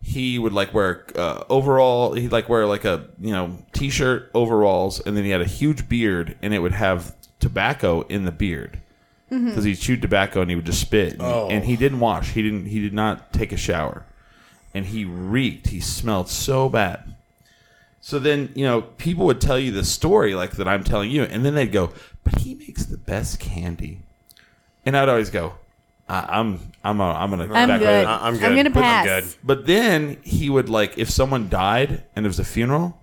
[SPEAKER 2] he would like wear uh, overall, he'd like wear like a, you know, t-shirt, overalls, and then he had a huge beard and it would have tobacco in the beard. Because he chewed tobacco and he would just spit, and, and he didn't wash. He didn't. He did not take a shower, and he reeked. He smelled so bad. So then, you know, people would tell you the story like that I'm telling you, and then they'd go, "But he makes the best candy," and I'd always go, I- "I'm, I'm, a, I'm gonna."
[SPEAKER 5] I'm
[SPEAKER 2] back Right.
[SPEAKER 5] good.
[SPEAKER 4] I- I'm good.
[SPEAKER 5] I'm gonna
[SPEAKER 4] I'm
[SPEAKER 5] pass.
[SPEAKER 4] good.
[SPEAKER 2] But then he would like, if someone died and it was a funeral,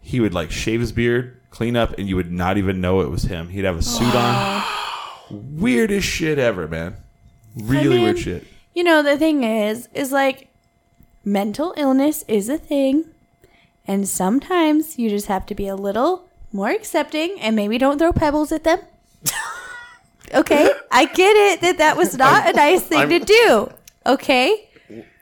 [SPEAKER 2] he would like shave his beard, clean up, and you would not even know it was him. He'd have a suit on. Weirdest shit ever, man. Really
[SPEAKER 5] mean,
[SPEAKER 2] weird shit. <laughs>
[SPEAKER 5] You know, the thing is, is like mental illness is a thing. And sometimes you just have to be a little more accepting and maybe don't throw pebbles at them. <laughs> okay. I get it that that was not a nice thing to do. Okay.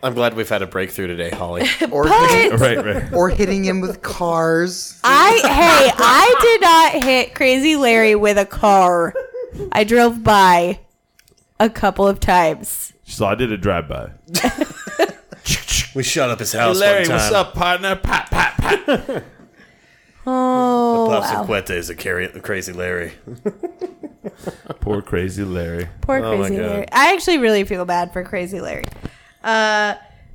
[SPEAKER 4] I'm glad we've had a breakthrough today,
[SPEAKER 5] <laughs>
[SPEAKER 4] Holly.
[SPEAKER 3] Or,
[SPEAKER 4] <laughs>
[SPEAKER 5] But
[SPEAKER 2] Right, <laughs> right.
[SPEAKER 3] or hitting him with cars.
[SPEAKER 5] I, hey, I did not hit Crazy Larry with a car. I drove by a couple of times.
[SPEAKER 2] So I did a drive by.
[SPEAKER 4] we shut up his house
[SPEAKER 2] Larry,
[SPEAKER 4] one time.
[SPEAKER 2] what's up, partner? Pat, pat, pat.
[SPEAKER 5] Oh,
[SPEAKER 4] Pops
[SPEAKER 5] wow.
[SPEAKER 4] is a cari- crazy Larry.
[SPEAKER 2] Poor crazy Larry.
[SPEAKER 5] Poor
[SPEAKER 4] Oh my
[SPEAKER 5] Crazy
[SPEAKER 4] God.
[SPEAKER 5] Larry. I actually really feel bad for Crazy Larry. Uh,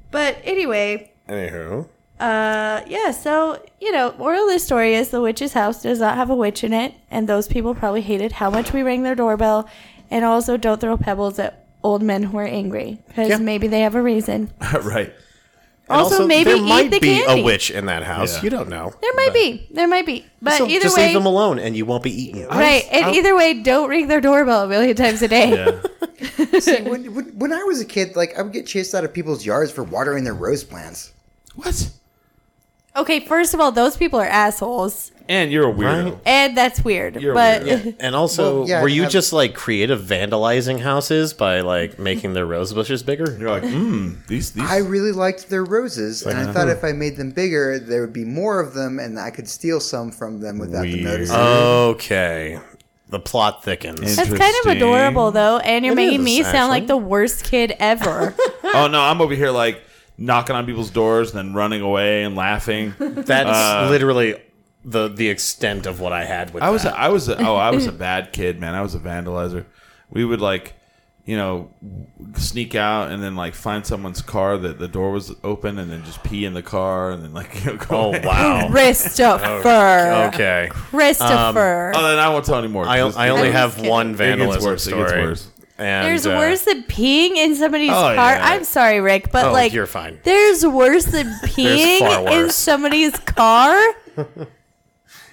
[SPEAKER 5] but anyway,
[SPEAKER 4] Anywho,
[SPEAKER 5] uh, yeah, so, you know, moral of the story is the witch's house does not have a witch in it, and those people probably hated how much we rang their doorbell, and also don't throw pebbles at old men who are angry, because
[SPEAKER 4] Yeah.
[SPEAKER 5] maybe they have a reason.
[SPEAKER 2] <laughs> right.
[SPEAKER 5] also, maybe
[SPEAKER 4] there
[SPEAKER 5] eat
[SPEAKER 4] might
[SPEAKER 5] the
[SPEAKER 4] be
[SPEAKER 5] candy.
[SPEAKER 4] a witch in that house. You don't know.
[SPEAKER 5] There might be. There might be. But
[SPEAKER 4] So
[SPEAKER 5] either
[SPEAKER 4] just
[SPEAKER 5] way.
[SPEAKER 4] leave them alone, and you won't be eaten.
[SPEAKER 5] Right, and either way, don't ring their doorbell a million times a day.
[SPEAKER 2] Yeah.
[SPEAKER 3] See, when, when, when I was a kid, like I would get chased out of people's yards for watering their rose plants.
[SPEAKER 2] What?
[SPEAKER 5] Okay, first of all, those people are assholes,
[SPEAKER 2] And you're a weirdo.
[SPEAKER 4] Right?
[SPEAKER 5] and that's weird.
[SPEAKER 2] You're
[SPEAKER 5] but
[SPEAKER 2] weird.
[SPEAKER 4] <laughs> And also,
[SPEAKER 3] Well, yeah,
[SPEAKER 4] were you
[SPEAKER 3] I've-
[SPEAKER 4] just like creative vandalizing houses by like making their rose bushes bigger?
[SPEAKER 2] You're like,
[SPEAKER 4] hmm,
[SPEAKER 2] mm, these these.
[SPEAKER 3] I really liked their roses, and I thought if I made them bigger, there would be more of them, and I could steal some from them without them
[SPEAKER 2] Weird.
[SPEAKER 5] Uh,
[SPEAKER 3] noticing.
[SPEAKER 4] Okay, the plot thickens.
[SPEAKER 5] That's kind of
[SPEAKER 2] Interesting.
[SPEAKER 5] adorable, though, and you're
[SPEAKER 4] It
[SPEAKER 5] making
[SPEAKER 4] is,
[SPEAKER 5] me sound like
[SPEAKER 4] actually.
[SPEAKER 5] the worst kid ever.
[SPEAKER 2] oh no, I'm over here like knocking on people's doors and then running away and laughing.
[SPEAKER 4] That's literally the the extent of what I had with.
[SPEAKER 2] I was
[SPEAKER 4] that.
[SPEAKER 2] <laughs> a, I was a, oh I was a bad kid, man. I was a vandalizer. We would like you know, sneak out and then like find someone's car that the door was open and then just pee in the car and then like <laughs> you know, go
[SPEAKER 4] <laughs> Oh
[SPEAKER 2] away.
[SPEAKER 4] wow.
[SPEAKER 5] Christopher.
[SPEAKER 4] Okay. Um,
[SPEAKER 5] Christopher.
[SPEAKER 2] Oh, then I won't tell anymore.
[SPEAKER 4] I,
[SPEAKER 2] Just-
[SPEAKER 4] I only
[SPEAKER 5] I'm
[SPEAKER 4] have
[SPEAKER 5] just kidding.
[SPEAKER 4] one vandalism
[SPEAKER 2] worse, it
[SPEAKER 4] story.
[SPEAKER 2] gets worse.
[SPEAKER 4] And,
[SPEAKER 5] there's
[SPEAKER 4] uh,
[SPEAKER 5] worse than peeing in somebody's
[SPEAKER 4] Oh,
[SPEAKER 5] car.
[SPEAKER 4] yeah.
[SPEAKER 5] I'm sorry, Rick, but
[SPEAKER 4] Oh,
[SPEAKER 5] like
[SPEAKER 4] you're fine.
[SPEAKER 5] There's
[SPEAKER 4] <laughs>
[SPEAKER 5] worse than
[SPEAKER 4] far
[SPEAKER 5] peeing in
[SPEAKER 4] worse.
[SPEAKER 5] somebody's car.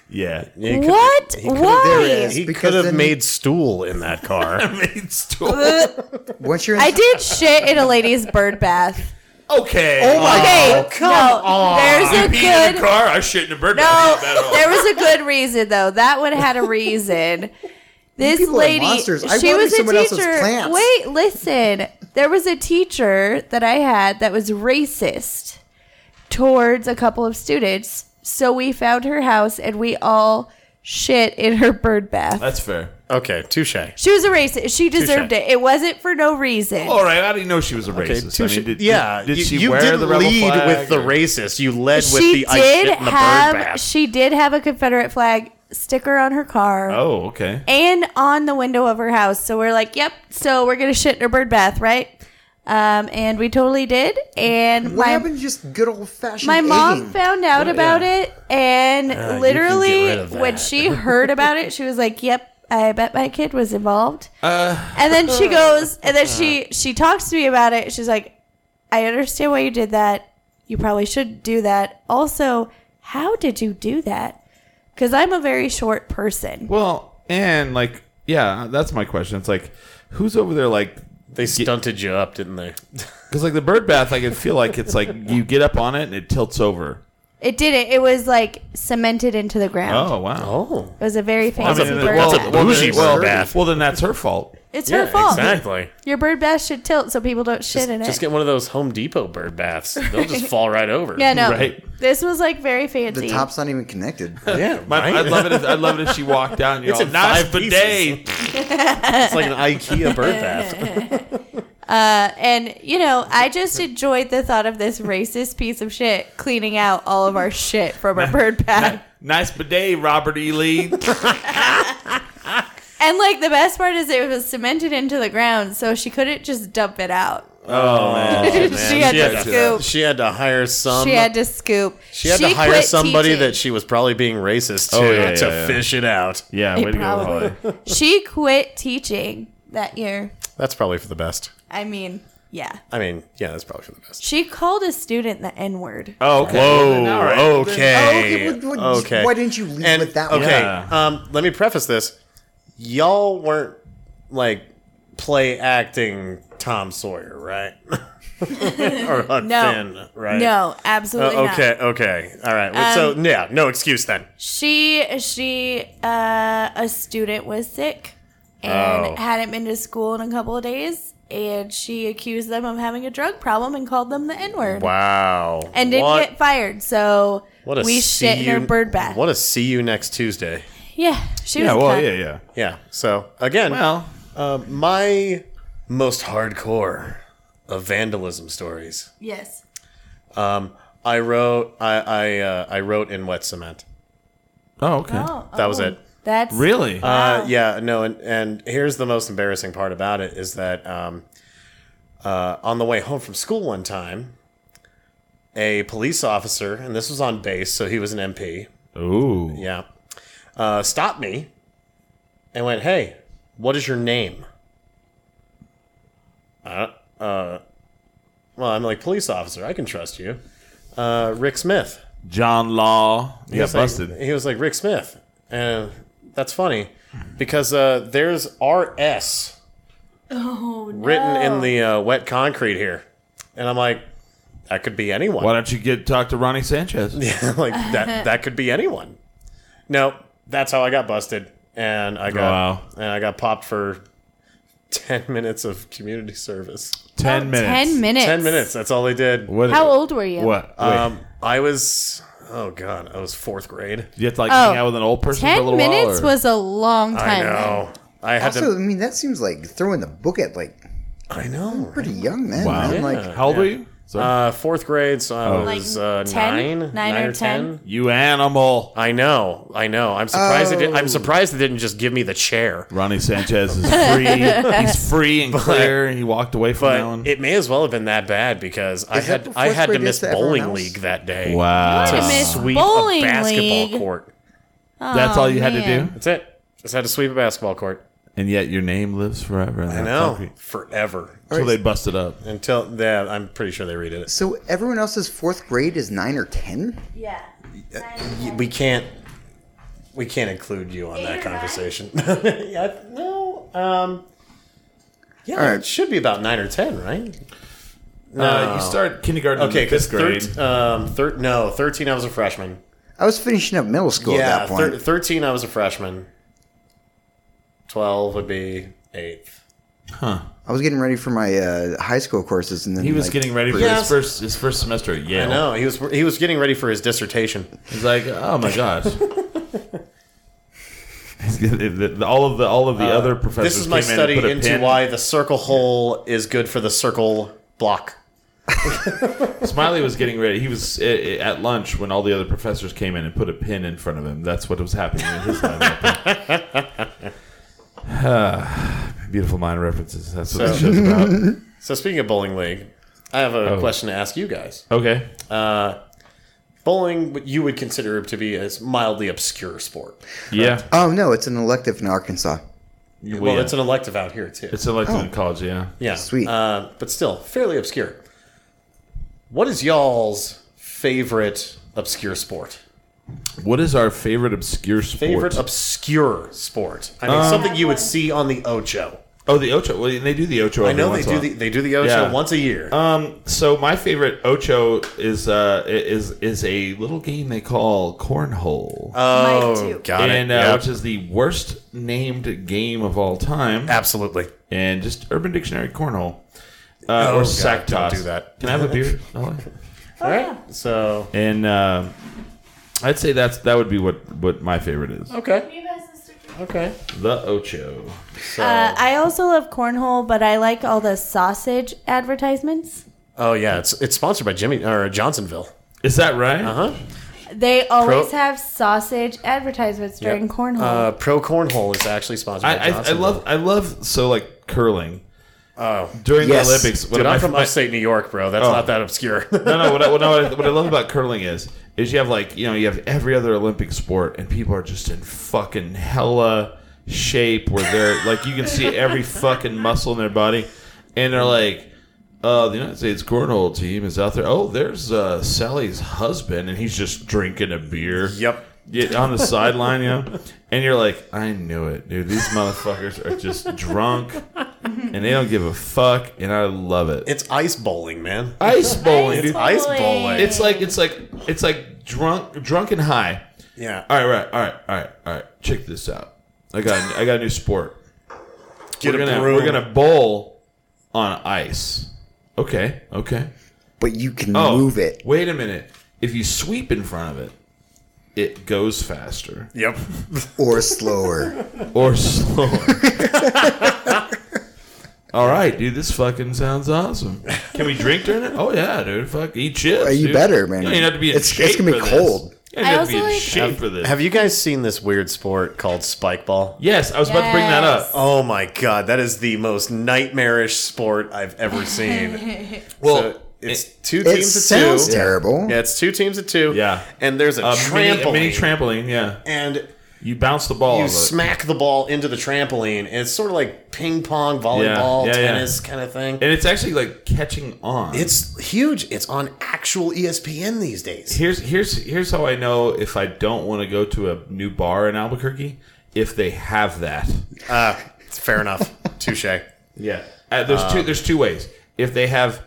[SPEAKER 2] yeah.
[SPEAKER 4] He could-
[SPEAKER 5] what?
[SPEAKER 4] he could-
[SPEAKER 5] Why?
[SPEAKER 3] There
[SPEAKER 4] He
[SPEAKER 3] Because
[SPEAKER 4] could have
[SPEAKER 3] then-
[SPEAKER 4] made stool
[SPEAKER 2] <laughs>
[SPEAKER 4] in that car.
[SPEAKER 2] Main story.
[SPEAKER 5] Ugh.
[SPEAKER 3] Once you're in
[SPEAKER 5] <laughs> I did shit in a lady's bird bath.
[SPEAKER 2] Okay.
[SPEAKER 4] Oh,
[SPEAKER 3] my
[SPEAKER 5] Okay, no, there's a
[SPEAKER 2] Pee in the
[SPEAKER 5] good
[SPEAKER 2] car. I shit in a bird.
[SPEAKER 5] no.
[SPEAKER 2] bath. Not at all.
[SPEAKER 5] There was a good reason though. That one had a reason. This
[SPEAKER 3] people are
[SPEAKER 5] lady,
[SPEAKER 3] monsters. I
[SPEAKER 5] she
[SPEAKER 3] watered
[SPEAKER 5] was a
[SPEAKER 3] someone else's
[SPEAKER 5] teacher.
[SPEAKER 3] plants.
[SPEAKER 5] Wait, listen. There was a teacher that I had that was racist towards a couple of students. So we found her house and we all shit in her bird bath.
[SPEAKER 2] That's fair.
[SPEAKER 4] Okay, touche.
[SPEAKER 5] She was a racist. She deserved
[SPEAKER 4] Touche.
[SPEAKER 5] it. It wasn't for no reason.
[SPEAKER 2] All right. How do you know she was a racist? I
[SPEAKER 4] touche.
[SPEAKER 2] mean, did,
[SPEAKER 4] yeah,
[SPEAKER 2] Did, did
[SPEAKER 4] you-
[SPEAKER 2] she
[SPEAKER 4] you
[SPEAKER 2] wear
[SPEAKER 4] didn't
[SPEAKER 2] the rebel
[SPEAKER 4] lead
[SPEAKER 2] flag
[SPEAKER 4] with the
[SPEAKER 2] or-
[SPEAKER 4] racist. You led with
[SPEAKER 5] she
[SPEAKER 4] the I shit
[SPEAKER 5] did
[SPEAKER 4] in the bird
[SPEAKER 5] have
[SPEAKER 4] bath.
[SPEAKER 5] she did have a Confederate flag sticker on her car
[SPEAKER 2] Oh, okay.
[SPEAKER 5] and on the window of her house. So we're like, yep. So we're gonna shit in her bird bath, right? Um, and we totally did. And
[SPEAKER 3] what
[SPEAKER 5] my
[SPEAKER 3] happened to just good old fashioned
[SPEAKER 5] my mom
[SPEAKER 3] egging?
[SPEAKER 5] found out about it, and
[SPEAKER 4] Uh, rid
[SPEAKER 5] literally
[SPEAKER 4] of
[SPEAKER 5] when
[SPEAKER 4] that.
[SPEAKER 5] she heard about it, she was like, yep. I bet my kid was involved.
[SPEAKER 4] Uh.
[SPEAKER 5] and then she goes, and then she she talks to me about it. She's like, I understand why you did that. You probably shouldn't do that. Also, how did you do that? Because I'm a very short person.
[SPEAKER 2] Well, and like, yeah, that's my question. It's like, who's over there? Like,
[SPEAKER 4] They stunted you up, didn't they?
[SPEAKER 2] because like the bird bath, I can feel like it's like you get up on it and it tilts over.
[SPEAKER 5] It didn't. It was like cemented into the ground.
[SPEAKER 2] Oh wow.
[SPEAKER 4] <laughs> Oh,
[SPEAKER 5] It was a very
[SPEAKER 2] I
[SPEAKER 5] fancy
[SPEAKER 2] mean,
[SPEAKER 5] bird
[SPEAKER 2] well,
[SPEAKER 5] bath.
[SPEAKER 2] well,
[SPEAKER 4] bougie
[SPEAKER 2] then- well,
[SPEAKER 4] bird bath.
[SPEAKER 2] Well, then that's her fault.
[SPEAKER 5] it's
[SPEAKER 4] yeah,
[SPEAKER 5] her fault.
[SPEAKER 4] exactly.
[SPEAKER 5] Your bird bath should tilt so people don't shit in
[SPEAKER 4] Just
[SPEAKER 5] it.
[SPEAKER 4] get one of those Home Depot bird baths. They'll just fall right over.
[SPEAKER 5] <laughs> yeah, no.
[SPEAKER 2] Right.
[SPEAKER 5] This was like very
[SPEAKER 3] The
[SPEAKER 5] fancy.
[SPEAKER 3] top's not even
[SPEAKER 2] <laughs>
[SPEAKER 3] connected.
[SPEAKER 4] yeah.
[SPEAKER 2] My,
[SPEAKER 4] right?
[SPEAKER 2] I'd love it. If, I'd love it if she walked down. And you're
[SPEAKER 4] It's
[SPEAKER 2] all,
[SPEAKER 4] in
[SPEAKER 2] nice
[SPEAKER 4] five
[SPEAKER 2] bidet.
[SPEAKER 4] It's like an
[SPEAKER 5] <laughs>
[SPEAKER 4] IKEA <laughs> bird bath.
[SPEAKER 5] Uh, and you know, I just enjoyed the thought of this racist piece of shit cleaning out all of our shit
[SPEAKER 4] <laughs>
[SPEAKER 5] from our bird bath.
[SPEAKER 2] Nice bidet, Robert E. Lee.
[SPEAKER 5] And like the best part is it was cemented into the ground, so she couldn't just dump it out. <laughs> she had
[SPEAKER 4] Oh, She
[SPEAKER 5] to
[SPEAKER 4] had, to,
[SPEAKER 5] scoop.
[SPEAKER 4] she had to hire some.
[SPEAKER 5] She had to scoop.
[SPEAKER 4] she had to hire
[SPEAKER 5] quit
[SPEAKER 4] somebody
[SPEAKER 5] teaching.
[SPEAKER 4] that she was probably being racist to
[SPEAKER 2] Oh, yeah,
[SPEAKER 4] to
[SPEAKER 2] yeah, yeah.
[SPEAKER 4] fish it out.
[SPEAKER 2] yeah, way to go,
[SPEAKER 5] probably-
[SPEAKER 2] Holly.
[SPEAKER 4] <laughs>
[SPEAKER 5] she quit teaching that year.
[SPEAKER 4] That's probably for the best.
[SPEAKER 5] I mean, yeah.
[SPEAKER 4] I mean, yeah, that's probably for the best.
[SPEAKER 5] She called a student the N word.
[SPEAKER 2] Oh, okay.
[SPEAKER 4] Whoa.
[SPEAKER 2] All right.
[SPEAKER 4] Okay.
[SPEAKER 3] Oh, okay, what- what- why didn't you lead
[SPEAKER 4] And-
[SPEAKER 3] with that one?
[SPEAKER 4] Okay.
[SPEAKER 2] Yeah.
[SPEAKER 4] Um, let me preface this. Y'all weren't like play acting Tom Sawyer, right? <laughs> or Huck
[SPEAKER 5] No.
[SPEAKER 4] Finn, right?
[SPEAKER 5] No,
[SPEAKER 4] Uh,
[SPEAKER 5] absolutely not. Um,
[SPEAKER 4] okay. Okay. All right. so yeah, no excuse then.
[SPEAKER 5] She she uh, a student was sick and
[SPEAKER 4] Oh.
[SPEAKER 5] hadn't been to school in a couple of days, and she accused them of having a drug problem and called them the N word.
[SPEAKER 4] Wow.
[SPEAKER 5] And didn't get fired, so
[SPEAKER 4] what a
[SPEAKER 5] we
[SPEAKER 4] see
[SPEAKER 5] shit in her
[SPEAKER 4] you-
[SPEAKER 5] bird bath.
[SPEAKER 4] What a see you next Tuesday.
[SPEAKER 5] yeah, she
[SPEAKER 2] <laughs>
[SPEAKER 5] was.
[SPEAKER 2] Yeah.
[SPEAKER 5] a
[SPEAKER 2] Well.
[SPEAKER 5] cunt.
[SPEAKER 2] Yeah. Yeah.
[SPEAKER 4] Yeah. So again,
[SPEAKER 2] Well.
[SPEAKER 4] uh, my most hardcore of vandalism stories.
[SPEAKER 5] Yes.
[SPEAKER 4] Um, I wrote I I, uh, I wrote in wet cement.
[SPEAKER 2] Oh. Okay.
[SPEAKER 5] Oh,
[SPEAKER 4] That was
[SPEAKER 5] oh,
[SPEAKER 4] it.
[SPEAKER 5] That's
[SPEAKER 2] Really?
[SPEAKER 4] Uh, yeah, no, and and here's the most embarrassing part about it is that um, uh, on the way home from school one time, a police officer, and this was on base, so he was an MP.
[SPEAKER 2] Ooh.
[SPEAKER 4] Yeah, uh, stopped me and went, "Hey, what is your name?" Uh, uh, well, I'm like police officer. I can trust you. Uh, Rick Smith.
[SPEAKER 2] John Law. You got
[SPEAKER 4] was like-
[SPEAKER 2] busted.
[SPEAKER 4] he was like Rick Smith, and that's funny because uh, there's RS
[SPEAKER 5] oh,
[SPEAKER 4] written in the uh, wet concrete here, and I'm like, that could be anyone.
[SPEAKER 2] Why don't you get talk to Ronnie Sanchez?
[SPEAKER 4] <laughs> like that that could be anyone. No, that's how I got busted, and I got
[SPEAKER 2] Wow.
[SPEAKER 4] and I got popped for <laughs> ten minutes of community service.
[SPEAKER 2] Ten minutes.
[SPEAKER 5] Oh, ten minutes.
[SPEAKER 4] Ten minutes. That's all they did.
[SPEAKER 2] What?
[SPEAKER 5] How old were you?
[SPEAKER 2] What? Wait,
[SPEAKER 4] Um, I was oh god, I was fourth grade.
[SPEAKER 2] you have to like hang out with an old person for a
[SPEAKER 5] Oh, Ten
[SPEAKER 2] little
[SPEAKER 5] minutes
[SPEAKER 2] while. or-
[SPEAKER 5] was a long
[SPEAKER 4] I
[SPEAKER 5] time.
[SPEAKER 4] know. I had
[SPEAKER 3] Also,
[SPEAKER 4] to.
[SPEAKER 3] I mean, that seems like throwing the book at like
[SPEAKER 4] I know. right?
[SPEAKER 3] pretty young men.
[SPEAKER 2] Wow.
[SPEAKER 3] man.
[SPEAKER 2] Yeah.
[SPEAKER 3] Like
[SPEAKER 2] How old were you?
[SPEAKER 4] Uh, fourth grade, so I
[SPEAKER 3] Oh.
[SPEAKER 5] Like
[SPEAKER 4] was uh,
[SPEAKER 5] 10?
[SPEAKER 4] nine,
[SPEAKER 5] Nine or 10?
[SPEAKER 2] You animal.
[SPEAKER 4] I know, I know. I'm surprised. It
[SPEAKER 3] Oh.
[SPEAKER 4] did, I'm surprised they didn't just give me the chair.
[SPEAKER 2] Ronnie Sanchez is
[SPEAKER 5] <laughs>
[SPEAKER 2] free. He's free and clear. He walked away from that one.
[SPEAKER 4] But it may as well have been that bad because I
[SPEAKER 3] Is that
[SPEAKER 4] had
[SPEAKER 3] before
[SPEAKER 4] I had to
[SPEAKER 3] spring gets
[SPEAKER 4] miss
[SPEAKER 3] to everyone
[SPEAKER 4] bowling
[SPEAKER 3] else?
[SPEAKER 4] league that day.
[SPEAKER 2] wow.
[SPEAKER 5] I miss
[SPEAKER 4] Sweep
[SPEAKER 5] bowling
[SPEAKER 4] a basketball
[SPEAKER 5] league.
[SPEAKER 4] court.
[SPEAKER 2] That's all you had to
[SPEAKER 5] Oh, man.
[SPEAKER 2] do?
[SPEAKER 4] That's it. Just had to sweep a basketball court.
[SPEAKER 2] And yet your name lives forever. in
[SPEAKER 4] I
[SPEAKER 2] that
[SPEAKER 4] know
[SPEAKER 2] fucking-
[SPEAKER 4] forever
[SPEAKER 2] Until they busted up.
[SPEAKER 4] until that. I'm pretty sure they redid it.
[SPEAKER 3] So everyone else's fourth grade is nine or ten.
[SPEAKER 5] Yeah.
[SPEAKER 4] We can't. We can't include you on that
[SPEAKER 5] Eight or nine?
[SPEAKER 4] conversation. <laughs> yeah, no. Um, yeah,
[SPEAKER 3] All right.
[SPEAKER 4] it should be about nine or ten, right?
[SPEAKER 2] Uh, you start kindergarten
[SPEAKER 4] Okay,
[SPEAKER 2] okay,
[SPEAKER 4] because
[SPEAKER 2] fifth grade.
[SPEAKER 4] um, thir- no, thirteen. I was a freshman.
[SPEAKER 3] I was finishing up middle school at
[SPEAKER 4] yeah,
[SPEAKER 3] that point.
[SPEAKER 4] thir- thirteen. I was a freshman. Twelve would be eighth.
[SPEAKER 3] I was getting ready for my uh, high school courses, and then
[SPEAKER 2] he was
[SPEAKER 3] like,
[SPEAKER 2] getting ready for
[SPEAKER 4] Yeah.
[SPEAKER 2] his first his first semester at Yale.
[SPEAKER 4] I know he was he was getting ready for his dissertation.
[SPEAKER 2] He's like, oh my <laughs> gosh. He's gonna- the- the- all of the all of the other professors.
[SPEAKER 4] Uh, This is my
[SPEAKER 2] came in and
[SPEAKER 4] study
[SPEAKER 2] put a
[SPEAKER 4] into
[SPEAKER 2] pin-
[SPEAKER 4] why the circle hole is good for the circle block.
[SPEAKER 2] Smiley was getting ready. He was uh, at lunch when all the other professors came in and put a pin in front of him. That's what was happening in his life. <sighs> Beautiful mind references. That's what
[SPEAKER 4] So-
[SPEAKER 2] this show's about.
[SPEAKER 4] So speaking of bowling league, I have
[SPEAKER 2] Oh.
[SPEAKER 4] a question to ask you guys.
[SPEAKER 2] <laughs> Okay.
[SPEAKER 4] Bowling, what you would consider to be a mildly obscure sport.
[SPEAKER 2] Yeah.
[SPEAKER 3] Oh no, it's an elective in Arkansas.
[SPEAKER 2] Well,
[SPEAKER 4] Well,
[SPEAKER 2] yeah. Oh.
[SPEAKER 4] it's an elective out here too.
[SPEAKER 2] it's elected in college. Yeah.
[SPEAKER 4] Yeah.
[SPEAKER 3] Sweet.
[SPEAKER 4] Uh, but still, fairly obscure. What is y'all's favorite obscure sport?
[SPEAKER 2] What is our favorite obscure sport?
[SPEAKER 4] Favorite obscure sport? I
[SPEAKER 2] Um,
[SPEAKER 4] mean, something you would see on the Ocho.
[SPEAKER 2] oh, the Ocho. Well, they do the Ocho.
[SPEAKER 4] I know
[SPEAKER 2] every once
[SPEAKER 4] they
[SPEAKER 2] in
[SPEAKER 4] do
[SPEAKER 2] a
[SPEAKER 4] the
[SPEAKER 2] while.
[SPEAKER 4] they do the Ocho
[SPEAKER 2] Yeah.
[SPEAKER 4] once a year.
[SPEAKER 2] Um, so my favorite Ocho is uh is is a little game they call cornhole,
[SPEAKER 5] Oh,
[SPEAKER 4] Uh, got
[SPEAKER 2] and uh,
[SPEAKER 4] Yep.
[SPEAKER 2] which is the worst named game of all time,
[SPEAKER 4] Uh, Absolutely.
[SPEAKER 2] and just Urban Dictionary cornhole uh,
[SPEAKER 4] Oh,
[SPEAKER 2] or
[SPEAKER 4] God,
[SPEAKER 2] sack
[SPEAKER 4] don't
[SPEAKER 2] toss.
[SPEAKER 4] do that.
[SPEAKER 2] Can I have a
[SPEAKER 4] <laughs>
[SPEAKER 2] beer? Oh.
[SPEAKER 4] All right. So
[SPEAKER 2] and uh, I'd say that's that would be what what my favorite is.
[SPEAKER 4] okay, okay.
[SPEAKER 2] The Ocho.
[SPEAKER 4] So
[SPEAKER 5] Uh, I also love cornhole, but I like all the sausage advertisements.
[SPEAKER 4] oh yeah, it's it's sponsored by Jimmy or Johnsonville.
[SPEAKER 2] Is that right?
[SPEAKER 4] Uh huh.
[SPEAKER 5] They always
[SPEAKER 4] Pro-
[SPEAKER 5] have sausage advertisements during cornhole.
[SPEAKER 4] Uh, Pro Cornhole is actually sponsored.
[SPEAKER 2] I,
[SPEAKER 4] by
[SPEAKER 2] I, I
[SPEAKER 4] Johnsonville.
[SPEAKER 2] love I love so like curling.
[SPEAKER 4] Oh.
[SPEAKER 2] during
[SPEAKER 3] Yes.
[SPEAKER 2] the Olympics, one
[SPEAKER 4] Dude,
[SPEAKER 2] of my-
[SPEAKER 4] I'm from
[SPEAKER 2] my-
[SPEAKER 4] upstate New York, bro. That's
[SPEAKER 2] Oh.
[SPEAKER 4] not that obscure. <laughs>
[SPEAKER 2] no, no. What I, what, I, what I- what I love about curling is is you have like you know you have every other Olympic sport and people are just in fucking hella shape where they're like you can see every fucking muscle in their body and they're like. Uh, the United States cornhole team is out there. Oh, there's uh, Sally's husband, and he's just drinking a beer.
[SPEAKER 4] Yep.
[SPEAKER 2] Yeah, on the sideline, you know, and you're like, I knew it, dude. These motherfuckers are just drunk, and they don't give a fuck, and I love it.
[SPEAKER 4] It's ice bowling, man.
[SPEAKER 2] ice bowling, dude.
[SPEAKER 4] ice bowling.
[SPEAKER 2] It's like it's like it's like drunk drunk and high.
[SPEAKER 4] Yeah.
[SPEAKER 2] All right, right, all right, all right, all right. Check this out. I got I got a new sport.
[SPEAKER 4] Get
[SPEAKER 2] we're
[SPEAKER 4] a
[SPEAKER 2] gonna
[SPEAKER 4] broom.
[SPEAKER 2] we're gonna bowl on ice. Okay, okay.
[SPEAKER 3] But you can
[SPEAKER 2] Oh.
[SPEAKER 3] move it.
[SPEAKER 2] Wait a minute. If you sweep in front of it, it goes faster
[SPEAKER 4] Yep.
[SPEAKER 3] or slower.
[SPEAKER 2] or <laughs> slower. All right, dude, this fucking sounds awesome. Can we drink during it? Oh yeah, dude. Fuck, eat chips.
[SPEAKER 3] Are you
[SPEAKER 2] dude.
[SPEAKER 3] better, man?
[SPEAKER 2] You don't even have to be in
[SPEAKER 3] It's- it's
[SPEAKER 2] shape
[SPEAKER 3] gonna be
[SPEAKER 2] for
[SPEAKER 3] cold.
[SPEAKER 2] This. You don't even <laughs>
[SPEAKER 5] I
[SPEAKER 2] have to be
[SPEAKER 5] also
[SPEAKER 2] in
[SPEAKER 5] like-
[SPEAKER 2] shape for this.
[SPEAKER 4] Have you guys seen this weird sport called spike ball?
[SPEAKER 2] Yes, I was about to bring that
[SPEAKER 5] Yes.
[SPEAKER 2] up.
[SPEAKER 4] Oh my god, that is the most nightmarish sport I've ever seen.
[SPEAKER 2] Well,
[SPEAKER 4] it's
[SPEAKER 2] it-
[SPEAKER 4] two
[SPEAKER 3] It
[SPEAKER 4] teams of
[SPEAKER 3] sounds
[SPEAKER 4] two.
[SPEAKER 3] terrible.
[SPEAKER 4] Yeah, it's two teams of two.
[SPEAKER 2] Yeah.
[SPEAKER 4] And there's a
[SPEAKER 2] a
[SPEAKER 4] trampoline.
[SPEAKER 2] Mini, a mini trampoline, yeah.
[SPEAKER 4] and
[SPEAKER 2] You bounce the ball.
[SPEAKER 4] you
[SPEAKER 2] off of it.
[SPEAKER 4] smack the ball into the trampoline. And it's sort of like ping pong, volleyball,
[SPEAKER 2] Yeah, yeah, yeah.
[SPEAKER 4] tennis kind of thing.
[SPEAKER 2] and it's actually like catching on.
[SPEAKER 4] It's huge. It's on actual E ESPN these days. <laughs>
[SPEAKER 2] here's here's here's how I know if I don't want to go to a new bar in Albuquerque if they have that.
[SPEAKER 4] Uh, fair enough. Touche.
[SPEAKER 2] Yeah. Uh, there's two there's two ways. If they have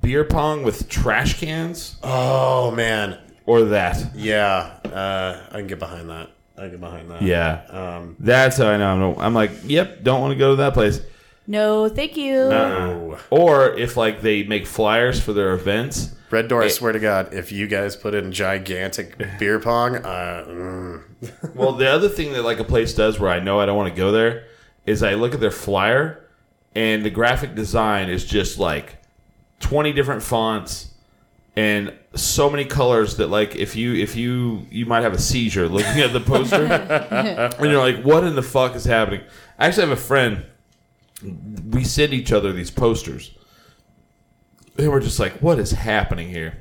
[SPEAKER 2] beer pong with trash cans
[SPEAKER 4] Oh man,
[SPEAKER 2] or that.
[SPEAKER 4] yeah. Uh, I can get behind that. I can get behind that.
[SPEAKER 2] Yeah. Um, That's how I know. I'm, no- I'm like, yep, don't want to go to that place.
[SPEAKER 5] no, thank you.
[SPEAKER 4] Oh.
[SPEAKER 2] Or if like they make flyers for their events
[SPEAKER 4] Red Door, I swear to God, if you guys put in gigantic <laughs> beer pong, uh, mm.
[SPEAKER 2] Well, the other thing that like a place does where I know I don't want to go there is I look at their flyer and the graphic design is just like 20 different fonts and so many colors that like if you if you you might have a seizure looking at
[SPEAKER 7] <laughs>
[SPEAKER 2] the poster and you're like what in the fuck is happening i actually have a friend we send each other these posters and we're just like what is happening here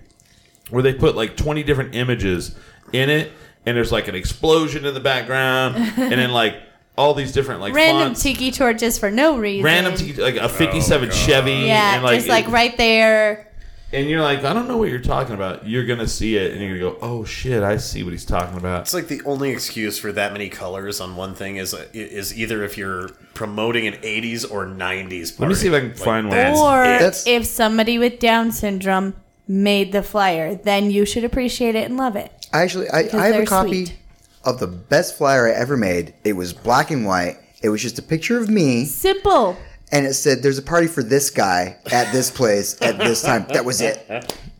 [SPEAKER 2] where they put like 20 different images in it and there's like an explosion in the background and then like all these different like
[SPEAKER 7] Random
[SPEAKER 2] fonts
[SPEAKER 7] tiki torches for no reason.
[SPEAKER 2] random to like a 57 Chevy.
[SPEAKER 7] Yeah,
[SPEAKER 2] and like,
[SPEAKER 7] just like
[SPEAKER 2] it-
[SPEAKER 7] right there.
[SPEAKER 2] And you're like, I don't know what you're talking about. You're gonna see it, and you're gonna go, Oh shit, I see what he's talking about.
[SPEAKER 4] It's like the only excuse for that many colors on one thing is uh, is either if you're promoting an 80s or 90s. Party.
[SPEAKER 2] Let me see if I can find one.
[SPEAKER 4] that's
[SPEAKER 5] Or
[SPEAKER 4] it.
[SPEAKER 3] That's-
[SPEAKER 5] if somebody with Down syndrome made the flyer, then you should appreciate it and love it.
[SPEAKER 3] I actually, I, I have
[SPEAKER 5] they're
[SPEAKER 3] a copy
[SPEAKER 5] sweet.
[SPEAKER 3] of the best flyer I ever made. It was black and white. It was just a picture of me,
[SPEAKER 5] Simple.
[SPEAKER 3] and it said, "There's a party for this guy at this place at this time." That was it.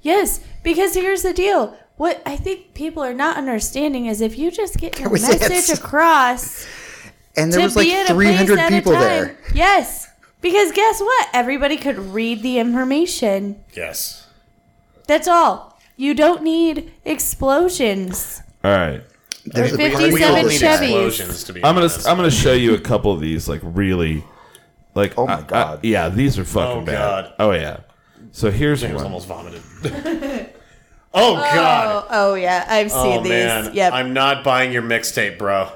[SPEAKER 5] Yes, because here's the deal. What I think people are not understanding is if you just get your
[SPEAKER 3] was it.
[SPEAKER 5] message across,
[SPEAKER 3] And there
[SPEAKER 5] to
[SPEAKER 3] was like
[SPEAKER 5] be at a place
[SPEAKER 3] 300
[SPEAKER 5] at a
[SPEAKER 3] people
[SPEAKER 5] time.
[SPEAKER 3] there.
[SPEAKER 5] Yes, because guess what? Everybody could read the information.
[SPEAKER 4] Yes.
[SPEAKER 5] That's all. You don't need explosions.
[SPEAKER 2] All right,
[SPEAKER 3] There's a
[SPEAKER 7] Fifty
[SPEAKER 3] party
[SPEAKER 4] We all
[SPEAKER 7] Seven
[SPEAKER 3] for
[SPEAKER 4] need
[SPEAKER 3] this
[SPEAKER 7] Chevys.
[SPEAKER 3] guy.
[SPEAKER 4] explosions to be
[SPEAKER 2] I'm gonna
[SPEAKER 4] honest.
[SPEAKER 2] I'm gonna show you a couple of these like really, like
[SPEAKER 3] Oh my
[SPEAKER 2] I- I-
[SPEAKER 3] God.
[SPEAKER 2] yeah, these are fucking
[SPEAKER 4] Oh
[SPEAKER 2] bad.
[SPEAKER 4] God.
[SPEAKER 2] Oh yeah. So here's
[SPEAKER 4] I was
[SPEAKER 2] one.
[SPEAKER 4] almost vomited. oh, God.
[SPEAKER 5] Oh, oh yeah, I've seen
[SPEAKER 4] oh,
[SPEAKER 5] these.
[SPEAKER 4] man.
[SPEAKER 5] Yep.
[SPEAKER 4] I'm not buying your mixtape, bro.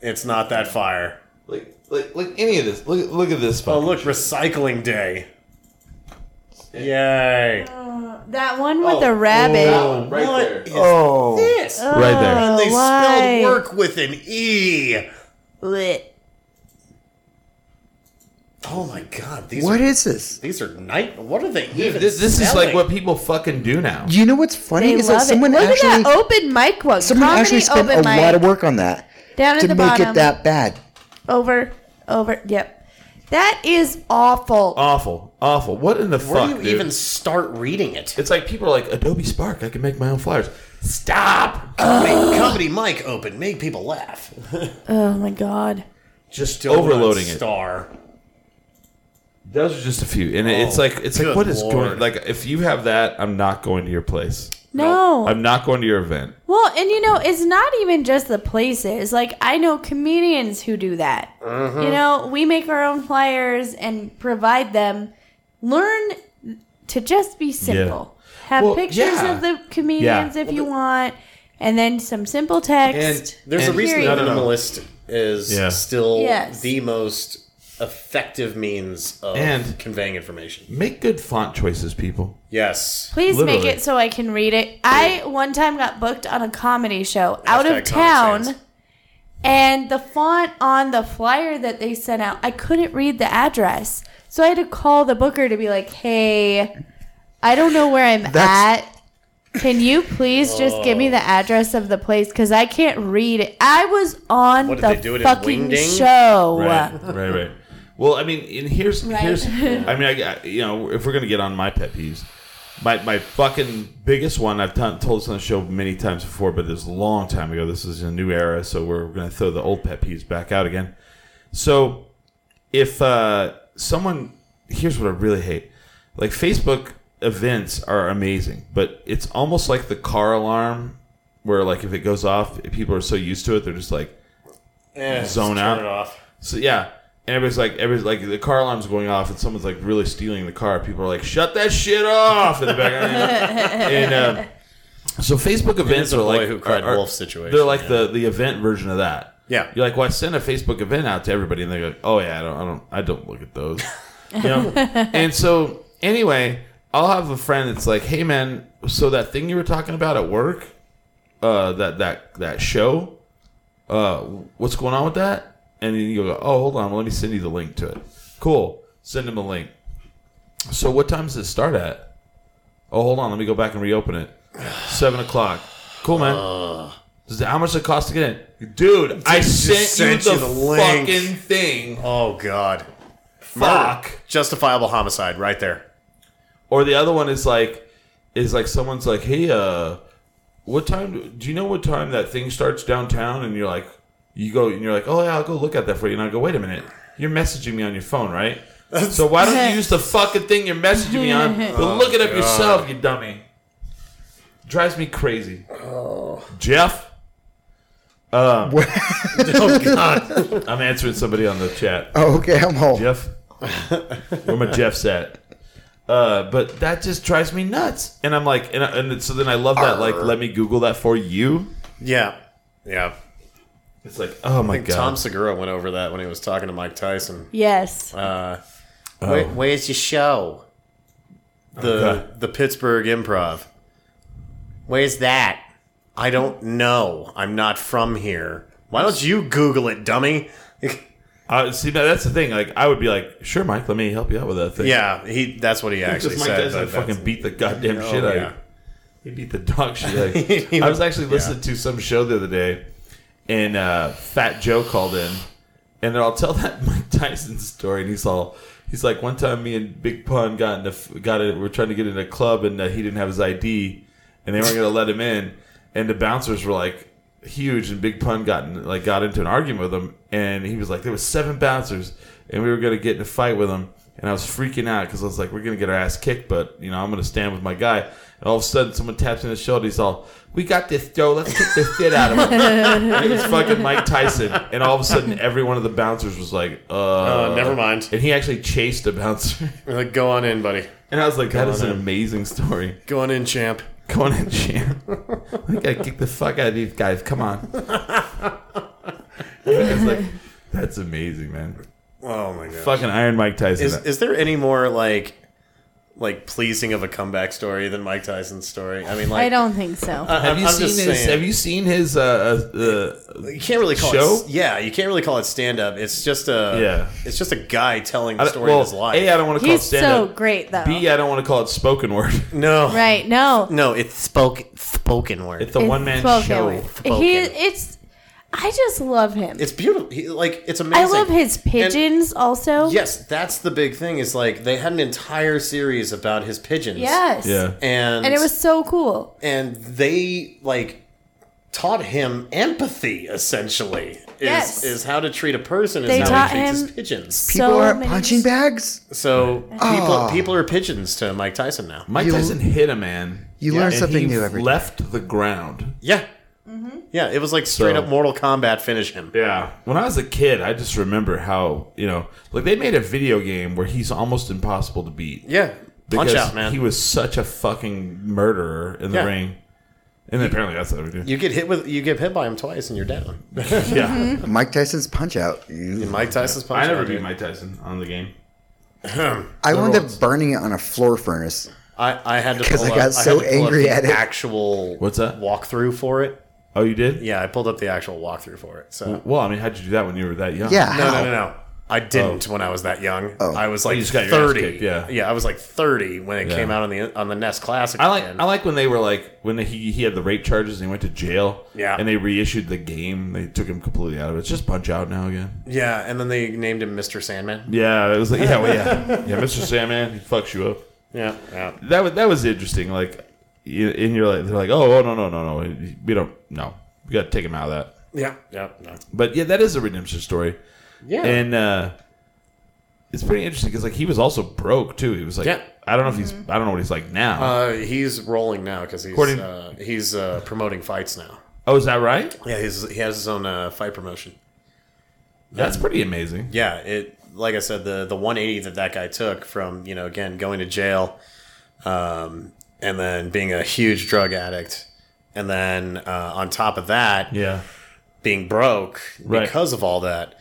[SPEAKER 4] It's not that fire.
[SPEAKER 2] like, like like any of this. Look look at this.
[SPEAKER 4] Oh,
[SPEAKER 2] fucking-
[SPEAKER 4] look, Recycling Day. Yay.
[SPEAKER 5] that one with
[SPEAKER 4] Oh,
[SPEAKER 5] the rabbit.
[SPEAKER 2] That one right
[SPEAKER 4] What
[SPEAKER 2] there.
[SPEAKER 4] is
[SPEAKER 3] Oh,
[SPEAKER 4] this?
[SPEAKER 2] Right there.
[SPEAKER 5] Oh,
[SPEAKER 4] they
[SPEAKER 5] why?
[SPEAKER 4] spelled work with an E.
[SPEAKER 5] Blech.
[SPEAKER 4] Oh, my God. These
[SPEAKER 3] what
[SPEAKER 4] are,
[SPEAKER 3] is this?
[SPEAKER 4] These are night. What are they
[SPEAKER 2] Dude,
[SPEAKER 4] even
[SPEAKER 2] this this is
[SPEAKER 4] selling?
[SPEAKER 2] like what people fucking do now.
[SPEAKER 3] Do you know what's funny?
[SPEAKER 5] They
[SPEAKER 3] Is
[SPEAKER 5] love
[SPEAKER 3] that someone
[SPEAKER 5] it. Look at
[SPEAKER 3] actually,
[SPEAKER 5] that open mic one.
[SPEAKER 3] someone
[SPEAKER 5] Comedy
[SPEAKER 3] actually spent
[SPEAKER 5] open
[SPEAKER 3] a
[SPEAKER 5] mic.
[SPEAKER 3] lot of work on that
[SPEAKER 5] Down at
[SPEAKER 3] to
[SPEAKER 5] the
[SPEAKER 3] make
[SPEAKER 5] bottom.
[SPEAKER 3] it that bad.
[SPEAKER 5] Over, over. Yep. That is awful.
[SPEAKER 2] Uh, Awful, awful. What in the
[SPEAKER 4] Where
[SPEAKER 2] fuck?
[SPEAKER 4] do you
[SPEAKER 2] dude?
[SPEAKER 4] even start
[SPEAKER 2] <gasps>
[SPEAKER 4] reading it?
[SPEAKER 2] It's like people are like Adobe Spark. I can make my own flyers. Stop.
[SPEAKER 4] Make comedy mic open. Make people laugh.
[SPEAKER 5] oh my god.
[SPEAKER 4] Just
[SPEAKER 2] overloading it.
[SPEAKER 4] Star.
[SPEAKER 2] Those are just a few, and it's
[SPEAKER 4] Oh,
[SPEAKER 2] like it's like
[SPEAKER 4] good
[SPEAKER 2] what is going
[SPEAKER 4] lord.
[SPEAKER 2] like if you have that, I'm not going to your place.
[SPEAKER 5] No.
[SPEAKER 2] I'm not going to your event.
[SPEAKER 5] Well, and you know, it's not even just the places. Like I know comedians who do that.
[SPEAKER 2] Mm-hmm.
[SPEAKER 5] You know, we make our own flyers and provide them. Learn to just be simple. Have
[SPEAKER 2] Well,
[SPEAKER 5] pictures
[SPEAKER 2] yeah.
[SPEAKER 5] of the comedians
[SPEAKER 2] Yeah.
[SPEAKER 5] if you want, and then some simple text.
[SPEAKER 2] And-
[SPEAKER 4] There's a reason
[SPEAKER 5] Period.
[SPEAKER 4] that minimalist is
[SPEAKER 2] Yeah.
[SPEAKER 4] still
[SPEAKER 5] Yes.
[SPEAKER 4] the most effective means of
[SPEAKER 2] And-
[SPEAKER 4] conveying information.
[SPEAKER 2] Make good font choices, people.
[SPEAKER 4] Yes.
[SPEAKER 5] Please
[SPEAKER 2] Literally.
[SPEAKER 5] make it so I can read it. I one time got booked on a comedy show
[SPEAKER 4] Hashtag
[SPEAKER 5] out of
[SPEAKER 4] Comic
[SPEAKER 5] town,
[SPEAKER 4] Sans.
[SPEAKER 5] and the font on the flyer that they sent out, I couldn't read the address. So I had to call the booker to be like, hey, I don't know where I'm
[SPEAKER 3] That's-
[SPEAKER 5] at. Can you please just give me the address of the place? Because I can't read it. I was on
[SPEAKER 4] What,
[SPEAKER 5] the
[SPEAKER 4] did they do it in
[SPEAKER 5] fucking
[SPEAKER 4] Wingding?
[SPEAKER 5] show.
[SPEAKER 2] right, right. Well, I mean, and here's here's. I mean, I, I- you know, if we're gonna get on my pet peeves, my my fucking biggest one I've done told this on the show many times before, but it's a long time ago. This is a new era, so we're gonna throw the old pet peeves back out again. So, if uh, someone here's what I really hate, like Facebook events are amazing, but it's almost like the car alarm, where like if it goes off, people are so used to it, they're just like.
[SPEAKER 4] Eh, just
[SPEAKER 2] Zone
[SPEAKER 4] turn
[SPEAKER 2] out. <laughs>
[SPEAKER 4] it off.
[SPEAKER 2] So yeah, and everybody's like, everybody's like, the car alarm's going off, and someone's like really stealing the car. People are like, shut that shit off in the background. and uh, so Facebook events
[SPEAKER 4] a
[SPEAKER 2] are
[SPEAKER 4] boy
[SPEAKER 2] like
[SPEAKER 4] who cried wolf situation,
[SPEAKER 2] They're like
[SPEAKER 4] yeah.
[SPEAKER 2] the the event version of that.
[SPEAKER 4] Yeah.
[SPEAKER 2] you're like, well, I send a Facebook event out to everybody, and they go, oh yeah, I don't, I don't, I don't look at those. you know. and so anyway, I'll have a friend that's like, hey man, so that thing you were talking about at work, uh, that that that show, uh, what's going on with that? And then you go, oh, hold on, let me send you the link to it. Cool. Send him a link. So what time does it start at? Oh, hold on, let me go back and reopen it. Seven o'clock. Cool, man. Does it- how much does it cost to get in? Dude, I sent,
[SPEAKER 4] sent
[SPEAKER 2] you
[SPEAKER 4] you
[SPEAKER 2] the,
[SPEAKER 4] the link.
[SPEAKER 2] fucking thing.
[SPEAKER 4] Oh God.
[SPEAKER 2] Fuck.
[SPEAKER 4] Justifiable homicide right there.
[SPEAKER 2] Or the other one is like, is like someone's like, hey, uh, what time? Do you know what time that thing starts downtown? And you're like, you go and you're like, oh yeah, I'll go look at that for you. And I go, wait a minute, you're messaging me on your phone, right? So why don't you use the fucking thing you're messaging me on? But look it up yourself, you dummy. Drives me crazy. Oh. Jeff. Um, <laughs> oh God! I'm answering somebody on the chat.
[SPEAKER 3] Oh, okay, I'm home.
[SPEAKER 2] Jeff. Where my Jeff's at. Uh, but that just drives me nuts, and I'm like, and, I, and so then I love that. Like, let me Google that for you.
[SPEAKER 4] Yeah. Yeah.
[SPEAKER 2] It's like, oh my
[SPEAKER 4] I think
[SPEAKER 2] god,
[SPEAKER 4] Tom Segura went over that when he was talking to Mike Tyson.
[SPEAKER 5] Yes.
[SPEAKER 4] Uh,
[SPEAKER 2] Oh.
[SPEAKER 4] Where, where's your show? The the Pittsburgh Improv. Where's that? I don't know. I'm not from here. Why don't you Google it, dummy?
[SPEAKER 2] Uh, see, that, that's the thing. Like, I would be like, sure, Mike, let me help you out with that thing.
[SPEAKER 4] yeah, he. That's what he actually
[SPEAKER 2] Because Mike
[SPEAKER 4] said.
[SPEAKER 2] doesn't
[SPEAKER 4] but that's- Oh,
[SPEAKER 2] fucking beat the goddamn shit out of
[SPEAKER 4] yeah.
[SPEAKER 2] you. He beat the dog shit out of you.
[SPEAKER 4] <laughs> He
[SPEAKER 2] I was
[SPEAKER 4] would-
[SPEAKER 2] actually listening to some show the other day, and uh, Fat Joe called in, and I'll tell <laughs> that Mike Tyson story, and he's all. He's like, one time me and Big Pun got into, got it. We're trying to get in a club, and uh, he didn't have his ID, and they weren't gonna let him in. And the bouncers were like huge, and Big Pun got in, like got into an argument with him, and he was like, there was seven bouncers, and we were gonna get in a fight with him, and I was freaking out because I was like, we're gonna get our ass kicked, but you know I'm gonna stand with my guy. And all of a sudden, someone taps me on the shoulder. He's all, "We got this, Joe. Let's kick this shit out of him." And it was fucking Mike Tyson, and all of a sudden, every one of the bouncers was like, "Uh,
[SPEAKER 4] Uh, never mind.
[SPEAKER 2] And he actually chased a bouncer. <laughs>
[SPEAKER 4] Like, go on in, buddy.
[SPEAKER 2] And I was like, that is
[SPEAKER 4] on
[SPEAKER 2] an
[SPEAKER 4] in.
[SPEAKER 2] amazing story.
[SPEAKER 4] Go on in, champ.
[SPEAKER 2] Come on in, champ. <laughs> We gotta kick the fuck out of these guys. Come
[SPEAKER 4] <laughs>
[SPEAKER 2] on. <laughs> It's like, that's amazing, man.
[SPEAKER 4] Oh my god.
[SPEAKER 2] Fucking Iron Mike Tyson.
[SPEAKER 4] Is is there any more like like pleasing of a comeback story than Mike Tyson's story? I mean, like
[SPEAKER 5] I don't think so.
[SPEAKER 4] I-
[SPEAKER 2] have,
[SPEAKER 4] I'm-
[SPEAKER 2] you
[SPEAKER 4] I'm
[SPEAKER 2] seen
[SPEAKER 4] just
[SPEAKER 2] his,
[SPEAKER 4] saying.
[SPEAKER 2] have you seen his? Uh, uh,
[SPEAKER 4] You can't really call
[SPEAKER 2] Show?
[SPEAKER 4] it. Yeah, you can't really call it stand up. It's just a.
[SPEAKER 2] Yeah.
[SPEAKER 4] It's just a guy telling
[SPEAKER 2] uh,
[SPEAKER 4] the story
[SPEAKER 2] well,
[SPEAKER 4] of his life.
[SPEAKER 2] A, I don't want to call it
[SPEAKER 5] He's
[SPEAKER 2] stand
[SPEAKER 5] so
[SPEAKER 2] up.
[SPEAKER 5] great though.
[SPEAKER 2] B, I don't want to call it spoken
[SPEAKER 5] <laughs>
[SPEAKER 2] word.
[SPEAKER 4] no.
[SPEAKER 5] right. No.
[SPEAKER 4] No, it's spoke spoken word.
[SPEAKER 2] It's
[SPEAKER 4] It's,
[SPEAKER 2] a one man
[SPEAKER 5] spoken
[SPEAKER 2] show.
[SPEAKER 5] word.
[SPEAKER 4] Spoken.
[SPEAKER 5] He it's I just love him.
[SPEAKER 4] beautiful. He, like it's amazing.
[SPEAKER 5] I love his
[SPEAKER 4] And-
[SPEAKER 5] pigeons also.
[SPEAKER 4] yes, that's the big thing. Is like they had an entire series about his pigeons.
[SPEAKER 5] Yes.
[SPEAKER 2] Yeah.
[SPEAKER 4] And
[SPEAKER 5] And it was so cool.
[SPEAKER 4] and they like taught him empathy essentially. Is,
[SPEAKER 5] Yes.
[SPEAKER 4] is how to treat a person. Is
[SPEAKER 5] They
[SPEAKER 4] how
[SPEAKER 5] taught
[SPEAKER 4] he treats his
[SPEAKER 5] him-
[SPEAKER 4] pigeons.
[SPEAKER 3] People
[SPEAKER 5] so
[SPEAKER 3] aren't
[SPEAKER 5] many-
[SPEAKER 3] punching bags.
[SPEAKER 4] So people
[SPEAKER 3] Oh.
[SPEAKER 2] Ah.
[SPEAKER 4] people are pigeons to Mike Tyson now.
[SPEAKER 2] Mike
[SPEAKER 3] You-
[SPEAKER 2] Tyson hit a man.
[SPEAKER 3] You
[SPEAKER 4] Yeah,
[SPEAKER 3] learn
[SPEAKER 4] and
[SPEAKER 3] something
[SPEAKER 2] he
[SPEAKER 3] new every day.
[SPEAKER 2] left the ground.
[SPEAKER 4] Yeah. Mm-hmm. Yeah, it was like straight
[SPEAKER 2] So-
[SPEAKER 4] up Mortal Kombat finish him.
[SPEAKER 2] Yeah. When I was a kid, I just remember how, you know, like they made a video game where he's almost impossible to beat.
[SPEAKER 4] Yeah. Punch
[SPEAKER 2] Because
[SPEAKER 4] out, man.
[SPEAKER 2] He was such a fucking murderer in the
[SPEAKER 4] Yeah.
[SPEAKER 2] ring. And apparently that's what we do.
[SPEAKER 4] you get hit with you get hit by him twice and you're down.
[SPEAKER 2] <laughs>
[SPEAKER 5] <laughs>
[SPEAKER 2] yeah.
[SPEAKER 3] Mike Tyson's punch out.
[SPEAKER 4] Mike Tyson's punch
[SPEAKER 2] I
[SPEAKER 4] out,
[SPEAKER 2] never
[SPEAKER 4] dude.
[SPEAKER 2] beat Mike Tyson on the game.
[SPEAKER 3] I wound up burning it on a floor furnace.
[SPEAKER 4] I, I had to
[SPEAKER 3] 'Cause
[SPEAKER 4] pull
[SPEAKER 3] I got
[SPEAKER 4] up, had
[SPEAKER 3] so
[SPEAKER 4] to pull up
[SPEAKER 3] angry
[SPEAKER 4] the
[SPEAKER 3] at it.
[SPEAKER 4] Actual
[SPEAKER 2] What's that?
[SPEAKER 4] walkthrough for it?
[SPEAKER 2] Oh, you did?
[SPEAKER 4] Yeah, I pulled up the actual walkthrough for it. So
[SPEAKER 2] Well, I mean, how'd you do that when you were that young?
[SPEAKER 3] Yeah.
[SPEAKER 4] no,
[SPEAKER 3] how?
[SPEAKER 4] no, no, no. I didn't when I was that young. I was like
[SPEAKER 2] You just got your ass
[SPEAKER 4] thirty.
[SPEAKER 2] kicked, yeah.
[SPEAKER 4] yeah, I was like thirty when it
[SPEAKER 2] Yeah.
[SPEAKER 4] came out on the on the NES Classic.
[SPEAKER 2] I like
[SPEAKER 4] again.
[SPEAKER 2] I like when they were like when he he had the rape charges and he went to jail.
[SPEAKER 4] Yeah.
[SPEAKER 2] And they reissued the game. They took him completely out of it. It's just punch out now again.
[SPEAKER 4] yeah, and then they named him Mr. Sandman.
[SPEAKER 2] Yeah, it was like yeah, well, <laughs> yeah. Yeah, Mr. Sandman, he fucks you up.
[SPEAKER 4] Yeah, yeah.
[SPEAKER 2] that was that was interesting. Like, you- and you're like, they're like, oh, oh, no, no, no, no, we don't, no, we got to take him out of that.
[SPEAKER 4] Yeah, yeah, no.
[SPEAKER 2] But yeah, that is a redemption story,
[SPEAKER 4] yeah.
[SPEAKER 2] and uh, it's pretty interesting because like he was also broke too. He was like,
[SPEAKER 4] Yeah.
[SPEAKER 2] I don't know if he's, I don't know what he's like now.
[SPEAKER 4] Uh, he's rolling now because he's
[SPEAKER 2] According-
[SPEAKER 4] uh, he's uh, promoting fights now.
[SPEAKER 2] oh, is that right?
[SPEAKER 4] Yeah, he's, he has his own uh, fight promotion.
[SPEAKER 2] That's pretty amazing.
[SPEAKER 4] Yeah, it like I said, the the 180 that that guy took from you know again going to jail, um, and then being a huge drug addict, and then uh, on top of that,
[SPEAKER 2] Yeah,
[SPEAKER 4] being broke
[SPEAKER 2] Right.
[SPEAKER 4] because of all that,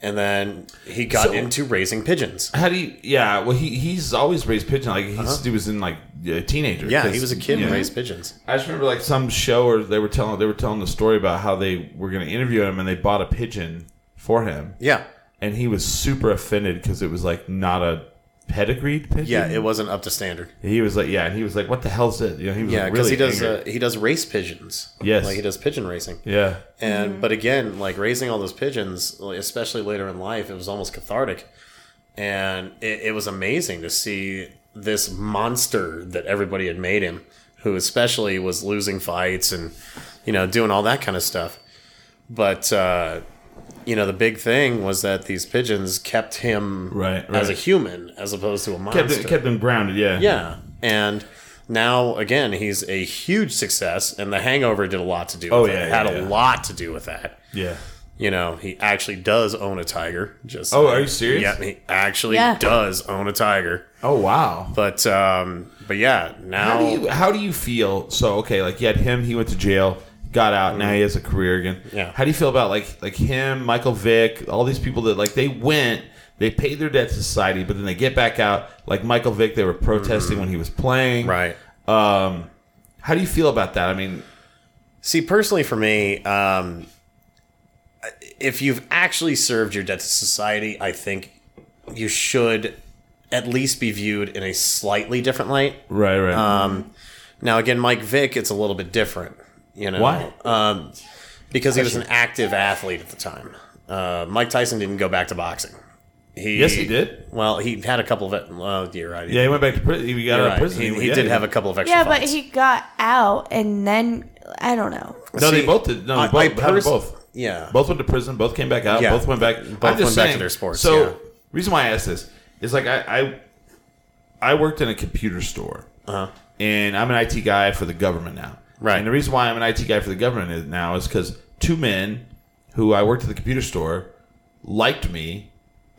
[SPEAKER 4] and then he got
[SPEAKER 2] So-
[SPEAKER 4] into raising pigeons.
[SPEAKER 2] how do you? Yeah, well, he he's always raised pigeon. Like he's, he was in like a teenager.
[SPEAKER 4] Uh-huh. Yeah,
[SPEAKER 2] 'cause-
[SPEAKER 4] he was a kid
[SPEAKER 2] yeah.
[SPEAKER 4] and raised pigeons.
[SPEAKER 2] I just remember like some show or they were telling they were telling the story about how they were going to interview him and they bought a pigeon for him.
[SPEAKER 4] Yeah,
[SPEAKER 2] and he was super offended because it was like not a pedigreed pigeon.
[SPEAKER 4] yeah, it wasn't up to standard.
[SPEAKER 2] he was like, yeah, and he was like, what the hell's it? You know, he was
[SPEAKER 4] Yeah,
[SPEAKER 2] like,
[SPEAKER 4] because
[SPEAKER 2] really
[SPEAKER 4] he does
[SPEAKER 2] angry.
[SPEAKER 4] uh, he does race pigeons.
[SPEAKER 2] Yes.
[SPEAKER 4] like he does pigeon racing.
[SPEAKER 2] yeah,
[SPEAKER 4] And but again, like raising all those pigeons, like, especially later in life, it was almost cathartic, and it, it was amazing to see this monster that everybody had made him, who especially was losing fights and you know doing all that kind of stuff. But uh, you know, the big thing was that these pigeons kept him
[SPEAKER 2] Right, right.
[SPEAKER 4] as a human as opposed to a
[SPEAKER 2] Kept
[SPEAKER 4] monster.
[SPEAKER 2] them, kept them grounded, yeah.
[SPEAKER 4] Yeah. And now again, he's a huge success, and The Hangover did a lot to do.
[SPEAKER 2] Oh,
[SPEAKER 4] with
[SPEAKER 2] yeah,
[SPEAKER 4] it.
[SPEAKER 2] yeah,
[SPEAKER 4] had a
[SPEAKER 2] yeah.
[SPEAKER 4] lot to do with that.
[SPEAKER 2] Yeah.
[SPEAKER 4] You know, he actually does own a tiger. Just
[SPEAKER 2] Oh, are you serious?
[SPEAKER 4] Yeah, he actually
[SPEAKER 5] Yeah.
[SPEAKER 4] does own a tiger.
[SPEAKER 2] Oh, wow.
[SPEAKER 4] But um, but yeah,
[SPEAKER 2] How
[SPEAKER 4] now
[SPEAKER 2] do you how do you feel? So okay, like you had him. He went to jail, got out. Now he has a career again.
[SPEAKER 4] Yeah.
[SPEAKER 2] How do you feel about like like him, Michael Vick, all these people that like they went, they paid their debt to society, but then they get back out. Like Michael Vick, they were protesting when he was playing.
[SPEAKER 4] Mm-hmm. right.
[SPEAKER 2] Um, how do you feel about that? I mean,
[SPEAKER 4] See, personally, for me, um, if you've actually served your debt to society, I think you should at least be viewed in a slightly different light.
[SPEAKER 2] right, right.
[SPEAKER 4] Um, now again, Mike Vick, it's a little bit different. You know
[SPEAKER 2] Why?
[SPEAKER 4] Um, because he was an active athlete at the time. Uh, Mike Tyson didn't go back to boxing. He,
[SPEAKER 2] Yes, he did.
[SPEAKER 4] Well, he had a couple of. Well, you're right.
[SPEAKER 2] yeah, he went back to prison. He got
[SPEAKER 4] You're
[SPEAKER 2] out
[SPEAKER 4] right.
[SPEAKER 2] of prison.
[SPEAKER 4] He, he
[SPEAKER 2] yeah,
[SPEAKER 4] did have a couple of extra.
[SPEAKER 5] Yeah, but
[SPEAKER 4] fights.
[SPEAKER 5] he got out and then I don't know.
[SPEAKER 2] No, they
[SPEAKER 4] See,
[SPEAKER 2] both did. No, they
[SPEAKER 4] I-
[SPEAKER 2] both,
[SPEAKER 4] I
[SPEAKER 2] had them
[SPEAKER 4] pers-
[SPEAKER 2] both.
[SPEAKER 4] Yeah.
[SPEAKER 2] both went to prison. Both came back out.
[SPEAKER 4] Yeah.
[SPEAKER 2] Both went back.
[SPEAKER 4] Both
[SPEAKER 2] I'm just
[SPEAKER 4] went back to
[SPEAKER 2] saying,
[SPEAKER 4] their sports,
[SPEAKER 2] So,
[SPEAKER 4] yeah.
[SPEAKER 2] reason why I asked this is like I, I, I worked in a computer store,
[SPEAKER 4] Uh-huh.
[SPEAKER 2] and I'm an IT guy for the government now.
[SPEAKER 4] Right.
[SPEAKER 2] And the reason why I'm an IT guy for the government is- now is because two men who I worked at the computer store liked me,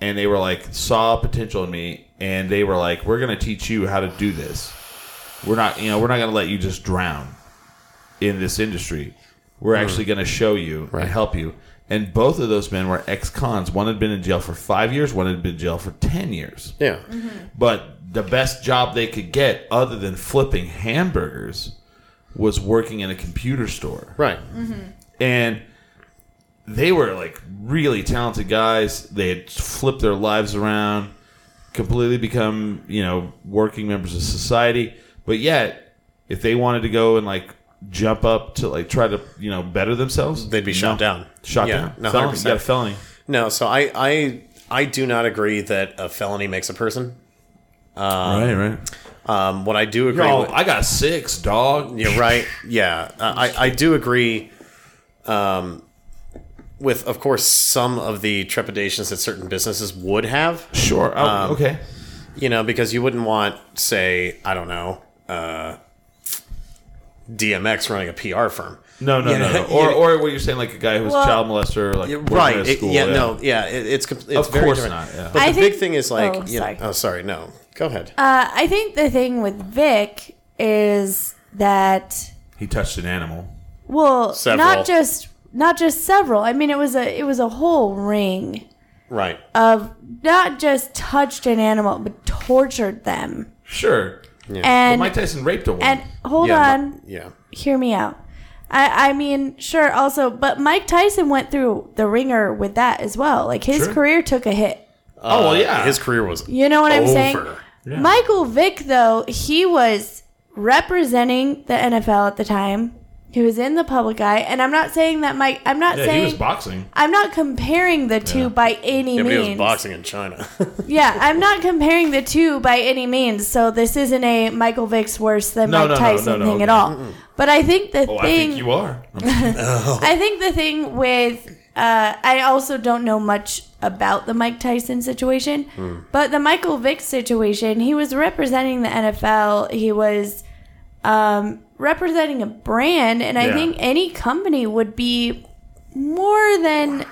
[SPEAKER 2] and they were like saw potential in me, and they were like, "We're going to teach you how to do this. We're not, you know, we're not going to let you just drown." in this industry. We're actually going to show you and help you. And both of those men were ex cons. One had been in jail for five years, one had been in jail for 10 years.
[SPEAKER 4] Yeah.
[SPEAKER 5] Mm-hmm.
[SPEAKER 2] But the best job they could get, other than flipping hamburgers, was working in a computer store.
[SPEAKER 4] Right.
[SPEAKER 5] Mm-hmm.
[SPEAKER 2] And they were like really talented guys. They had flipped their lives around, completely become, you know, working members of society. But yet, if they wanted to go and like jump up to like try to, you know, better themselves,
[SPEAKER 4] They'd be shot down.
[SPEAKER 2] Shot
[SPEAKER 4] Yeah,
[SPEAKER 2] down.
[SPEAKER 4] no,
[SPEAKER 2] felony. You got a
[SPEAKER 4] 100%.
[SPEAKER 2] felony.
[SPEAKER 4] No, so I I I do not agree that a felony makes a person.
[SPEAKER 2] right, right.
[SPEAKER 4] Um, what I do agree
[SPEAKER 2] Yo,
[SPEAKER 4] with,
[SPEAKER 2] I got six, dog.
[SPEAKER 4] You're right. Yeah, Uh, I I do agree. Um, with of course some of the trepidations that certain businesses would have,
[SPEAKER 2] Sure. Oh,
[SPEAKER 4] Um,
[SPEAKER 2] okay.
[SPEAKER 4] you know, because you wouldn't want, say, I don't know, uh, DMX running a PR firm.
[SPEAKER 2] No, no,
[SPEAKER 4] you
[SPEAKER 2] no,
[SPEAKER 4] know,
[SPEAKER 2] no.
[SPEAKER 4] <laughs>
[SPEAKER 2] Or,
[SPEAKER 4] you-
[SPEAKER 2] or what you're saying, like a guy who's
[SPEAKER 5] Well-
[SPEAKER 2] a child molester, like working
[SPEAKER 4] right
[SPEAKER 2] at a
[SPEAKER 4] it-
[SPEAKER 2] school,
[SPEAKER 4] yeah, no yeah it, it's com- it's
[SPEAKER 2] Of
[SPEAKER 4] very
[SPEAKER 2] course
[SPEAKER 4] different.
[SPEAKER 2] not, yeah.
[SPEAKER 4] but
[SPEAKER 5] I
[SPEAKER 4] the big
[SPEAKER 5] think-
[SPEAKER 4] thing is like
[SPEAKER 5] oh,
[SPEAKER 4] you know-
[SPEAKER 5] sorry.
[SPEAKER 4] oh sorry no go ahead
[SPEAKER 5] Uh, I think the thing with Vic is that
[SPEAKER 2] He touched an animal.
[SPEAKER 5] well,
[SPEAKER 4] Several.
[SPEAKER 5] not just not just several. I mean, it was a it was a whole ring
[SPEAKER 4] right
[SPEAKER 5] of not just touched an animal but tortured them.
[SPEAKER 2] Sure. But
[SPEAKER 5] And
[SPEAKER 2] Mike Tyson raped a woman.
[SPEAKER 5] and hold
[SPEAKER 4] yeah
[SPEAKER 5] on,
[SPEAKER 4] no- yeah
[SPEAKER 5] hear me out. I, I mean, sure, also, but Mike Tyson went through the ringer with that as well. Like, his
[SPEAKER 2] Sure.
[SPEAKER 5] career took a hit.
[SPEAKER 2] oh, well, yeah.
[SPEAKER 4] Uh, his career was
[SPEAKER 5] You know what I'm saying?
[SPEAKER 4] Over.
[SPEAKER 5] Michael Vick, though, he was representing the NFL at the time. He was in the public eye, and I'm not saying that Mike. I'm not
[SPEAKER 2] yeah, he was
[SPEAKER 5] saying
[SPEAKER 2] boxing.
[SPEAKER 5] I'm not comparing the two by any
[SPEAKER 4] yeah, but he
[SPEAKER 5] means.
[SPEAKER 4] was boxing in China <laughs>
[SPEAKER 5] Yeah, I'm not comparing the two by any means. So this isn't a Michael Vick's worse than
[SPEAKER 2] No,
[SPEAKER 5] Mike
[SPEAKER 2] no, no,
[SPEAKER 5] Tyson
[SPEAKER 2] no, no,
[SPEAKER 5] thing at
[SPEAKER 2] okay.
[SPEAKER 5] all. But I think the
[SPEAKER 2] Well, I
[SPEAKER 5] thing
[SPEAKER 2] think you are.
[SPEAKER 4] Mm.
[SPEAKER 5] I think the thing with uh, I also don't know much about the Mike Tyson situation, but the Michael Vick situation, he was representing the NFL. He was um, representing a brand, and I
[SPEAKER 2] Yeah.
[SPEAKER 5] think any company would be more than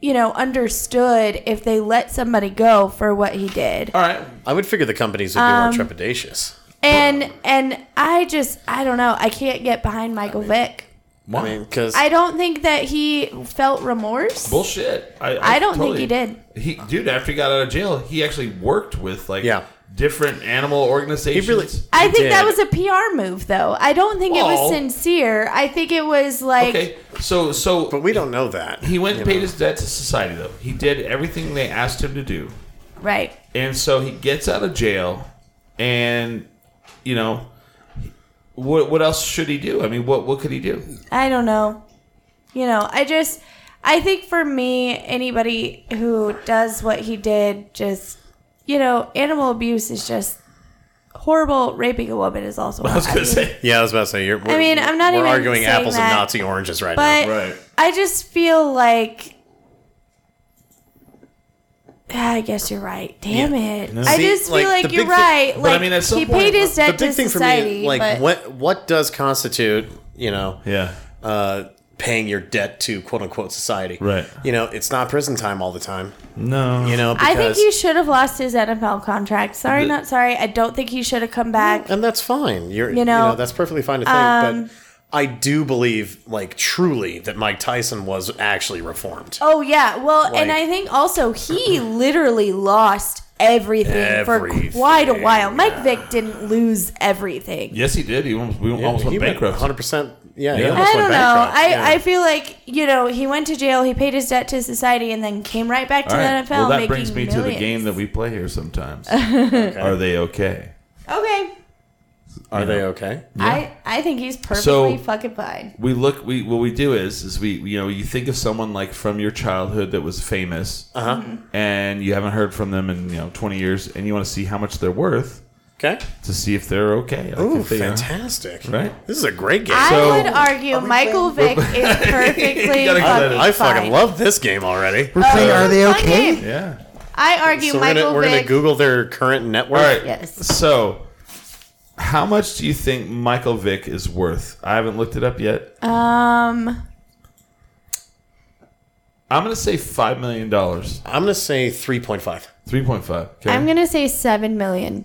[SPEAKER 5] you know understood if they let somebody go for what he did.
[SPEAKER 2] All right.
[SPEAKER 4] I would figure the companies would be
[SPEAKER 5] Um,
[SPEAKER 4] more trepidatious
[SPEAKER 5] And and I just I don't know. I can't get behind Michael Vick.
[SPEAKER 4] I mean because
[SPEAKER 5] I don't think that he felt remorse.
[SPEAKER 2] Bullshit. I,
[SPEAKER 5] I don't think he did.
[SPEAKER 2] He, dude, after he got out of jail, he actually worked with like
[SPEAKER 4] Yeah.
[SPEAKER 2] different animal organizations.
[SPEAKER 4] He really-
[SPEAKER 5] I think that
[SPEAKER 4] did.
[SPEAKER 5] was a PR move, though. I don't think it
[SPEAKER 2] Well-
[SPEAKER 5] was sincere. I think it was like,
[SPEAKER 2] okay. So, so
[SPEAKER 4] but we don't know that
[SPEAKER 2] he went
[SPEAKER 4] you
[SPEAKER 2] and paid
[SPEAKER 4] know.
[SPEAKER 2] his debt to society, though. He did everything they asked him to do,
[SPEAKER 5] right,
[SPEAKER 2] and so he gets out of jail, and you know, what what else should he do? I mean, what what could he do?
[SPEAKER 5] I don't know. You know, I just, I think for me, anybody who does what he did, just, you know, animal abuse is just horrible. Raping a woman is
[SPEAKER 2] <laughs>
[SPEAKER 5] also.
[SPEAKER 2] I was gonna say.
[SPEAKER 4] yeah I was about to say you're I
[SPEAKER 5] mean, I'm not
[SPEAKER 4] we're
[SPEAKER 5] even
[SPEAKER 4] arguing
[SPEAKER 5] saying
[SPEAKER 4] apples and
[SPEAKER 5] that,
[SPEAKER 4] Nazi oranges right
[SPEAKER 5] But
[SPEAKER 2] Right.
[SPEAKER 5] I just feel like Yeah, I guess you're right. Damn it. I
[SPEAKER 4] See,
[SPEAKER 5] just
[SPEAKER 4] like,
[SPEAKER 5] feel like
[SPEAKER 4] the
[SPEAKER 5] you're
[SPEAKER 4] big thing-
[SPEAKER 5] right.
[SPEAKER 2] but I
[SPEAKER 5] like
[SPEAKER 2] mean, at some
[SPEAKER 5] he
[SPEAKER 2] point,
[SPEAKER 5] paid his
[SPEAKER 4] The big
[SPEAKER 5] debt to
[SPEAKER 4] thing for
[SPEAKER 5] society.
[SPEAKER 4] me, like
[SPEAKER 5] but
[SPEAKER 4] what what does constitute, you know,
[SPEAKER 2] Yeah.
[SPEAKER 4] uh, paying your debt to quote unquote society?
[SPEAKER 2] Right.
[SPEAKER 4] You know, it's not prison time all the time.
[SPEAKER 2] No.
[SPEAKER 4] You know, because,
[SPEAKER 5] I think he should have lost his NFL contract. Sorry, not sorry. I don't think he should have come back.
[SPEAKER 4] and that's fine. You're, you know,
[SPEAKER 5] know, um,
[SPEAKER 4] that's perfectly fine to think. but I do believe, like, truly, that Mike Tyson was actually reformed.
[SPEAKER 5] Oh yeah. Well, and
[SPEAKER 4] Like-
[SPEAKER 5] I think also he literally lost everything,
[SPEAKER 4] Everything,
[SPEAKER 5] for quite a while. Mike Vick didn't lose everything.
[SPEAKER 2] Yes, he did. He almost, we almost went bankrupt.
[SPEAKER 4] Oh, Hundred percent. Yeah, he
[SPEAKER 2] Yeah.
[SPEAKER 4] almost
[SPEAKER 5] I
[SPEAKER 4] went
[SPEAKER 5] don't know.
[SPEAKER 4] bankrupt.
[SPEAKER 5] I,
[SPEAKER 4] yeah.
[SPEAKER 5] I feel like, you know, he went to jail, he paid his debt to society, and then came right back to
[SPEAKER 2] All right.
[SPEAKER 5] the NFL.
[SPEAKER 2] Well, that
[SPEAKER 5] making
[SPEAKER 2] brings me
[SPEAKER 5] millions.
[SPEAKER 2] to the game that we play here
[SPEAKER 5] <laughs>
[SPEAKER 2] sometimes. Are they okay?
[SPEAKER 5] Okay.
[SPEAKER 4] Are they okay?
[SPEAKER 5] I, I think he's perfectly
[SPEAKER 2] So-
[SPEAKER 5] fucking fine.
[SPEAKER 2] we look we what we do is is we you know you think of someone like from your childhood that was famous
[SPEAKER 4] Uh-huh.
[SPEAKER 5] Mm-hmm.
[SPEAKER 2] and you haven't heard from them in you know 20 years and you want to see how much they're worth
[SPEAKER 4] Okay.
[SPEAKER 2] to see if they're okay like
[SPEAKER 4] Ooh,
[SPEAKER 2] if they are-
[SPEAKER 4] fantastic!
[SPEAKER 2] Right?
[SPEAKER 4] This is a great game.
[SPEAKER 5] I
[SPEAKER 2] So-
[SPEAKER 5] would argue Michael
[SPEAKER 2] <laughs>
[SPEAKER 5] Vick is perfectly
[SPEAKER 2] You gotta cut that
[SPEAKER 5] fucking
[SPEAKER 2] in.
[SPEAKER 4] I fucking
[SPEAKER 5] fine.
[SPEAKER 4] love this game already.
[SPEAKER 3] We're playing Are They
[SPEAKER 5] Oh, Fun
[SPEAKER 3] Okay?
[SPEAKER 5] game.
[SPEAKER 2] yeah
[SPEAKER 5] I argue
[SPEAKER 4] So we're
[SPEAKER 5] Michael
[SPEAKER 4] gonna we're gonna
[SPEAKER 5] Vick.
[SPEAKER 4] Google their current network.
[SPEAKER 2] all right
[SPEAKER 5] Yes.
[SPEAKER 2] so how much do you think michael vick is worth i haven't looked it up yet
[SPEAKER 5] Um,
[SPEAKER 2] i'm gonna say five million dollars
[SPEAKER 4] I'm gonna say three point five.
[SPEAKER 2] 3.5 okay
[SPEAKER 5] I'm gonna say seven million.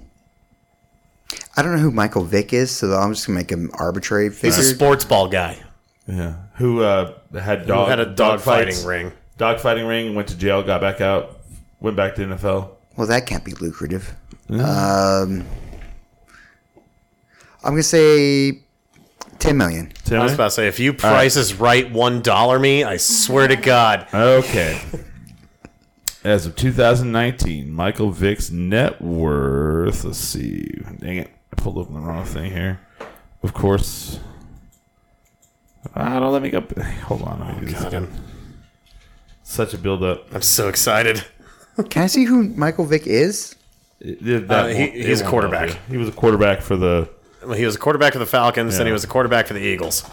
[SPEAKER 3] I don't know who Michael Vick is, so I'm just gonna make an arbitrary
[SPEAKER 4] He's
[SPEAKER 3] figure.
[SPEAKER 4] a sports ball guy.
[SPEAKER 2] yeah who uh had dog
[SPEAKER 4] who had a dog
[SPEAKER 2] fights.
[SPEAKER 4] fighting ring.
[SPEAKER 2] dog fighting ring went to jail got back out went back to nfl
[SPEAKER 3] well, that can't be lucrative. Um, I'm gonna say ten million.
[SPEAKER 2] Tim,
[SPEAKER 4] I was
[SPEAKER 2] eh?
[SPEAKER 4] about to say if you price is right one dollar me, I swear to God.
[SPEAKER 2] Okay. As of 2019, Michael Vick's net worth. Let's see. Dang it. I pulled up the wrong thing here. Of course. I don't let me go. Hold on. Let me do this again. Such a buildup.
[SPEAKER 4] I'm so excited.
[SPEAKER 3] Can I see who Michael Vick is?
[SPEAKER 2] That
[SPEAKER 4] Uh, he-
[SPEAKER 2] won't-
[SPEAKER 4] he's
[SPEAKER 2] it won't
[SPEAKER 4] a quarterback.
[SPEAKER 2] help you. He was a quarterback for the.
[SPEAKER 4] Well, He was a quarterback for the Falcons, then he
[SPEAKER 2] Yeah.
[SPEAKER 4] was a quarterback for the Eagles.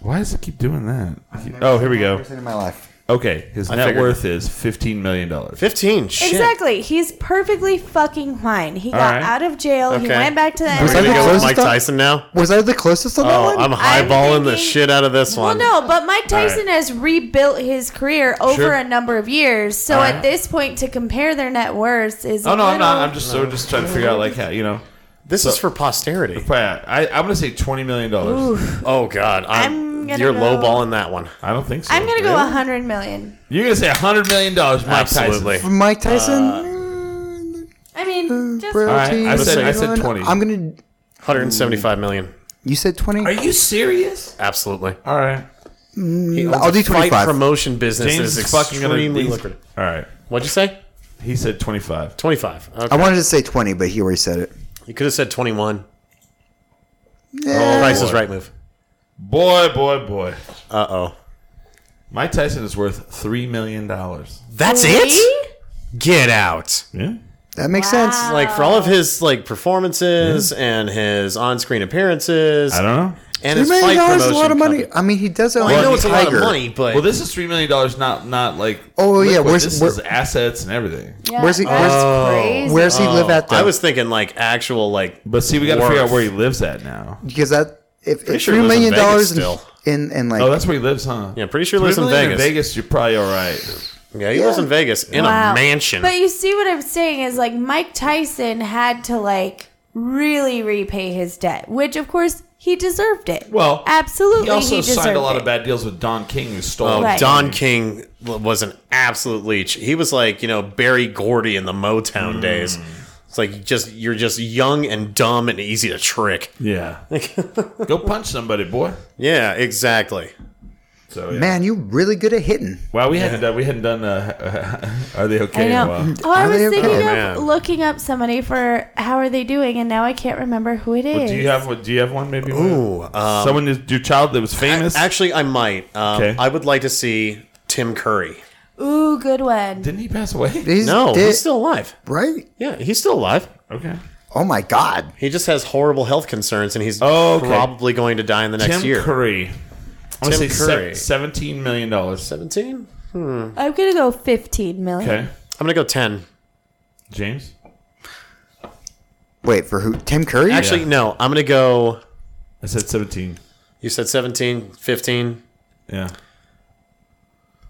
[SPEAKER 2] Why does it keep doing that? Oh, here we go.
[SPEAKER 3] Percent of my life.
[SPEAKER 2] Okay, his net
[SPEAKER 4] figured-
[SPEAKER 2] worth is fifteen million dollars.
[SPEAKER 4] Fifteen. Shit.
[SPEAKER 5] Exactly. He's perfectly fucking fine. He got
[SPEAKER 2] right.
[SPEAKER 5] out of jail. He
[SPEAKER 4] Okay.
[SPEAKER 5] went back to the
[SPEAKER 4] We're gonna
[SPEAKER 3] that the
[SPEAKER 4] go with
[SPEAKER 3] closest
[SPEAKER 4] Mike
[SPEAKER 3] one?
[SPEAKER 4] Tyson now.
[SPEAKER 3] Was I the closest on that
[SPEAKER 4] Oh,
[SPEAKER 3] one?
[SPEAKER 4] I'm
[SPEAKER 5] I'm
[SPEAKER 4] highballing the
[SPEAKER 5] thinking-
[SPEAKER 4] shit out of this
[SPEAKER 5] Well,
[SPEAKER 4] one.
[SPEAKER 5] no, but Mike
[SPEAKER 2] All right.
[SPEAKER 5] Tyson has rebuilt his career over
[SPEAKER 2] Sure.
[SPEAKER 5] a number of years. So
[SPEAKER 2] All right.
[SPEAKER 5] at this point, to compare their net worths is.
[SPEAKER 2] Oh no, I'm not.
[SPEAKER 5] little-
[SPEAKER 2] I'm just so just trying to figure out like how you know.
[SPEAKER 4] This is for posterity.
[SPEAKER 2] Yeah, I, I'm gonna say twenty million dollars.
[SPEAKER 4] Oh God,
[SPEAKER 5] I'm
[SPEAKER 4] I'm,
[SPEAKER 5] gonna
[SPEAKER 4] you're
[SPEAKER 5] go-
[SPEAKER 4] lowballing that one.
[SPEAKER 2] I don't think so.
[SPEAKER 5] I'm gonna go a hundred million.
[SPEAKER 2] You're gonna say hundred million dollars, Mike
[SPEAKER 4] Absolutely.
[SPEAKER 2] Tyson.
[SPEAKER 3] From Mike
[SPEAKER 4] Uh,
[SPEAKER 3] Tyson.
[SPEAKER 5] I mean, just
[SPEAKER 3] Bro,
[SPEAKER 2] right, I
[SPEAKER 3] team,
[SPEAKER 2] said- I said
[SPEAKER 3] everyone.
[SPEAKER 2] 20.
[SPEAKER 3] I'm gonna.
[SPEAKER 4] 175 million.
[SPEAKER 3] You said twenty.
[SPEAKER 2] Are you serious?
[SPEAKER 4] Absolutely.
[SPEAKER 2] All right.
[SPEAKER 3] I'll do
[SPEAKER 4] Fight
[SPEAKER 3] twenty-five.
[SPEAKER 4] promotion business
[SPEAKER 2] James
[SPEAKER 4] is
[SPEAKER 2] is fucking gonna.
[SPEAKER 4] extremely
[SPEAKER 2] he's-
[SPEAKER 4] lucrative.
[SPEAKER 2] All right.
[SPEAKER 4] What'd you say?
[SPEAKER 2] He said twenty-five.
[SPEAKER 4] 25.
[SPEAKER 3] I
[SPEAKER 4] Okay.
[SPEAKER 3] wanted to say twenty, but he already said it.
[SPEAKER 4] You could have said 21.
[SPEAKER 3] Yeah.
[SPEAKER 4] Price is
[SPEAKER 2] boy.
[SPEAKER 4] right move.
[SPEAKER 2] Boy, boy, boy.
[SPEAKER 4] Uh oh.
[SPEAKER 2] Mike Tyson is worth three million dollars.
[SPEAKER 4] That's
[SPEAKER 5] Three?
[SPEAKER 4] it. Get out.
[SPEAKER 2] Yeah.
[SPEAKER 3] That makes
[SPEAKER 5] Uh,
[SPEAKER 3] sense.
[SPEAKER 4] Like for all of his like performances and his on-screen appearances
[SPEAKER 2] I don't know.
[SPEAKER 4] and
[SPEAKER 3] Three
[SPEAKER 4] his
[SPEAKER 3] million
[SPEAKER 4] fight
[SPEAKER 3] dollars is a
[SPEAKER 4] promotion.
[SPEAKER 3] lot of money.
[SPEAKER 4] company.
[SPEAKER 3] I mean, he does own.
[SPEAKER 4] I know it's a lot of
[SPEAKER 3] Tiger.
[SPEAKER 4] money, but
[SPEAKER 2] Well, this is three million dollars, not not like.
[SPEAKER 3] Oh, yeah, where's-
[SPEAKER 2] this
[SPEAKER 3] where-
[SPEAKER 2] is assets and everything.
[SPEAKER 5] yeah,
[SPEAKER 3] Where's he-
[SPEAKER 5] That's
[SPEAKER 3] where's-
[SPEAKER 5] crazy.
[SPEAKER 3] Where does he live at? Though?
[SPEAKER 4] I was thinking like actual like
[SPEAKER 2] But see, we got to figure out
[SPEAKER 4] Worth.
[SPEAKER 2] where he lives at now.
[SPEAKER 3] because that if, if
[SPEAKER 4] sure
[SPEAKER 3] three
[SPEAKER 4] it was in
[SPEAKER 3] million
[SPEAKER 4] Vegas
[SPEAKER 3] dollars in,
[SPEAKER 4] still.
[SPEAKER 3] in in like
[SPEAKER 2] Oh, that's where he lives, huh?
[SPEAKER 4] yeah, pretty sure he
[SPEAKER 2] Three
[SPEAKER 4] lives in
[SPEAKER 2] million
[SPEAKER 4] Vegas.
[SPEAKER 2] In Vegas, you're probably all right.
[SPEAKER 4] Yeah, he lives in Vegas in a mansion.
[SPEAKER 5] But you see what I'm saying is like Mike Tyson had to like really repay his debt, which of course he deserved it.
[SPEAKER 2] Well,
[SPEAKER 5] absolutely,
[SPEAKER 2] He also
[SPEAKER 5] deserved
[SPEAKER 2] signed a lot
[SPEAKER 5] it.
[SPEAKER 2] of bad deals with Don King, who stole.
[SPEAKER 4] Oh,
[SPEAKER 5] Right.
[SPEAKER 4] Don King was an absolute leech. He was like, you know, Barry Gordy in the Motown days.
[SPEAKER 2] Mm.
[SPEAKER 4] It's like just you're just young and dumb and easy to trick.
[SPEAKER 2] Yeah. <laughs> Go punch somebody, boy.
[SPEAKER 4] Yeah, exactly.
[SPEAKER 2] So yeah.
[SPEAKER 3] man, you really good at hitting.
[SPEAKER 2] Wow, we hadn't done, we hadn't done. Uh, <laughs> are they
[SPEAKER 5] I
[SPEAKER 2] okay? in a
[SPEAKER 5] know.
[SPEAKER 2] while?
[SPEAKER 5] Oh, I
[SPEAKER 3] Are
[SPEAKER 5] was
[SPEAKER 3] they
[SPEAKER 5] thinking
[SPEAKER 3] okay?
[SPEAKER 5] of
[SPEAKER 4] Man.
[SPEAKER 5] looking up somebody for how are they doing, and now I can't remember who it is.
[SPEAKER 2] Well, do you have what? Do you have one? Maybe.
[SPEAKER 4] Ooh, um,
[SPEAKER 2] Someone is- your child that was famous.
[SPEAKER 4] actually, I might. Um,
[SPEAKER 2] Okay.
[SPEAKER 4] I would like to see Tim Curry.
[SPEAKER 5] Ooh, good one.
[SPEAKER 2] Didn't he pass away?
[SPEAKER 3] He's
[SPEAKER 4] No,
[SPEAKER 3] dead,
[SPEAKER 4] he's still alive.
[SPEAKER 3] right.
[SPEAKER 4] Yeah, he's still alive.
[SPEAKER 2] Okay.
[SPEAKER 3] Oh my god,
[SPEAKER 4] He just has horrible health concerns, and he's
[SPEAKER 2] Oh, okay.
[SPEAKER 4] probably going to die in the next
[SPEAKER 2] Tim
[SPEAKER 4] year.
[SPEAKER 2] Curry. I'm gonna say
[SPEAKER 4] Tim Curry.
[SPEAKER 2] se- seventeen million dollars.
[SPEAKER 4] Seventeen.
[SPEAKER 5] I'm gonna go 15 million.
[SPEAKER 2] Okay.
[SPEAKER 4] I'm gonna go ten.
[SPEAKER 2] James?
[SPEAKER 3] Wait for who? Tim Curry?
[SPEAKER 4] Actually, no. I'm gonna go.
[SPEAKER 2] I said 17.
[SPEAKER 4] You said 17, 15,
[SPEAKER 2] Yeah.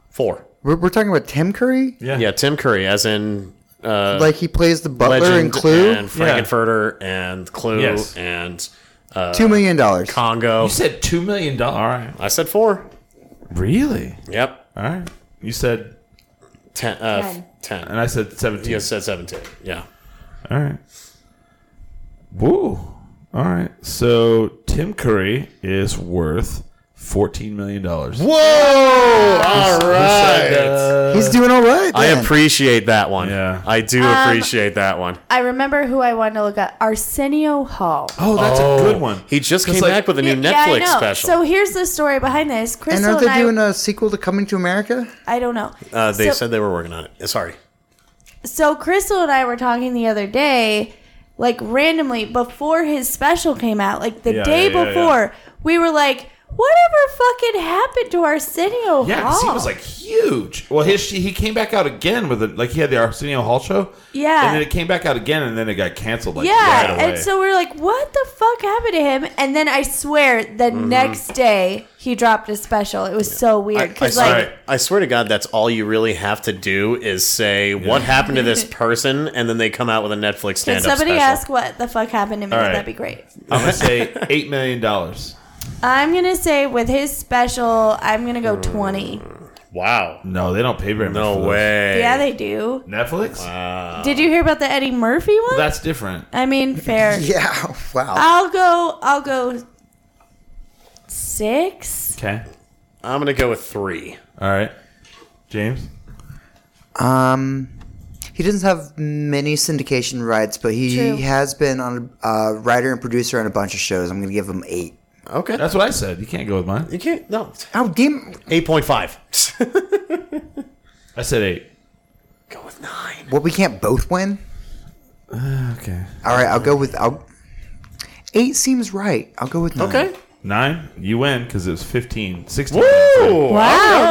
[SPEAKER 4] four.
[SPEAKER 3] we're, we're talking about Tim Curry.
[SPEAKER 2] Yeah.
[SPEAKER 4] Yeah, Tim Curry, as in uh,
[SPEAKER 3] Like he plays the butler in
[SPEAKER 4] Legend
[SPEAKER 3] Clue.
[SPEAKER 4] and Frankenfurter and Clue
[SPEAKER 2] Yes.
[SPEAKER 4] and uh,
[SPEAKER 3] Two million dollars.
[SPEAKER 4] Congo.
[SPEAKER 2] You said $2 million. All right.
[SPEAKER 4] I said four.
[SPEAKER 2] Really?
[SPEAKER 4] Yep.
[SPEAKER 2] All right. You said,
[SPEAKER 4] Ten. Uh, ten.
[SPEAKER 2] and I said 17.
[SPEAKER 4] You said 17. Yeah.
[SPEAKER 2] All right. Woo. All right. So Tim Curry is worth $14 million.
[SPEAKER 4] Whoa! All right.
[SPEAKER 3] He's doing all right.
[SPEAKER 4] Uh, I
[SPEAKER 3] then.
[SPEAKER 4] appreciate that one.
[SPEAKER 2] Yeah.
[SPEAKER 4] I do
[SPEAKER 5] Um,
[SPEAKER 4] appreciate that one.
[SPEAKER 5] I remember who I wanted to look at Arsenio Hall.
[SPEAKER 2] Oh, that's a good one.
[SPEAKER 4] He just came
[SPEAKER 2] like-
[SPEAKER 4] back with a new
[SPEAKER 5] Yeah, I
[SPEAKER 4] Netflix
[SPEAKER 5] know.
[SPEAKER 4] special.
[SPEAKER 5] So here's the story behind this.
[SPEAKER 3] and
[SPEAKER 5] Crystal and,
[SPEAKER 3] aren't they
[SPEAKER 5] I,
[SPEAKER 3] doing a sequel to Coming to America? <laughs>
[SPEAKER 5] I don't know.
[SPEAKER 4] uh, they
[SPEAKER 5] so-
[SPEAKER 4] said they were working on it. Sorry.
[SPEAKER 5] So Crystal and I were talking the other day, like randomly before his special came out, like the
[SPEAKER 2] Yeah,
[SPEAKER 5] day
[SPEAKER 2] yeah, yeah, yeah.
[SPEAKER 5] before, we were like, "Whatever fucking happened to Arsenio
[SPEAKER 2] Yeah, 'cause
[SPEAKER 5] Hall?"
[SPEAKER 2] he was like huge. Well, his he came back out again with it. Like he had the Arsenio Hall show.
[SPEAKER 5] Yeah.
[SPEAKER 2] and then it came back out again, and then it got canceled. Like,
[SPEAKER 5] yeah,
[SPEAKER 2] right away.
[SPEAKER 5] and so we we're like, "What the fuck happened to him?" And then I swear, the
[SPEAKER 2] Mm-hmm.
[SPEAKER 5] next day he dropped a special. It was so weird
[SPEAKER 4] I, I
[SPEAKER 5] because like.
[SPEAKER 4] swear, I swear to God, that's all you really have to do is say what happened to
[SPEAKER 5] <laughs>
[SPEAKER 4] this person, and then they come out with a Netflix
[SPEAKER 5] Can
[SPEAKER 4] stand-up
[SPEAKER 5] somebody
[SPEAKER 4] special.
[SPEAKER 5] ask what the fuck happened to me?
[SPEAKER 2] All right.
[SPEAKER 5] That'd be great.
[SPEAKER 2] I'm gonna say eight million dollars.
[SPEAKER 5] I'm gonna say with his special, I'm gonna go twenty.
[SPEAKER 4] wow.
[SPEAKER 2] No, they don't pay very much.
[SPEAKER 4] No
[SPEAKER 2] for those.
[SPEAKER 4] way.
[SPEAKER 5] Yeah, they do.
[SPEAKER 2] Netflix.
[SPEAKER 5] Did you hear about the Eddie Murphy one?
[SPEAKER 2] That's different.
[SPEAKER 5] I mean,
[SPEAKER 4] <laughs>
[SPEAKER 5] fair.
[SPEAKER 3] Yeah. Wow.
[SPEAKER 5] I'll go. I'll go. Six.
[SPEAKER 2] Okay.
[SPEAKER 4] I'm gonna go with three.
[SPEAKER 2] All right, James.
[SPEAKER 3] Um, he doesn't have many syndication rights, but he
[SPEAKER 5] True.
[SPEAKER 3] has been on a uh, writer and producer on a bunch of shows. I'm going to give him eight.
[SPEAKER 4] Okay.
[SPEAKER 2] That's what I said. You can't go with mine.
[SPEAKER 4] you can't. No.
[SPEAKER 3] Oh, damn.
[SPEAKER 4] Eight point five.
[SPEAKER 2] I said eight.
[SPEAKER 4] <laughs> go with nine.
[SPEAKER 3] Well, we can't both win.
[SPEAKER 2] Okay.
[SPEAKER 3] All right, I'll go with. I'll, eight seems right. I'll go with nine.
[SPEAKER 4] Okay.
[SPEAKER 2] Nine. You win because it was 15. 16.
[SPEAKER 4] Woo!
[SPEAKER 5] Wow,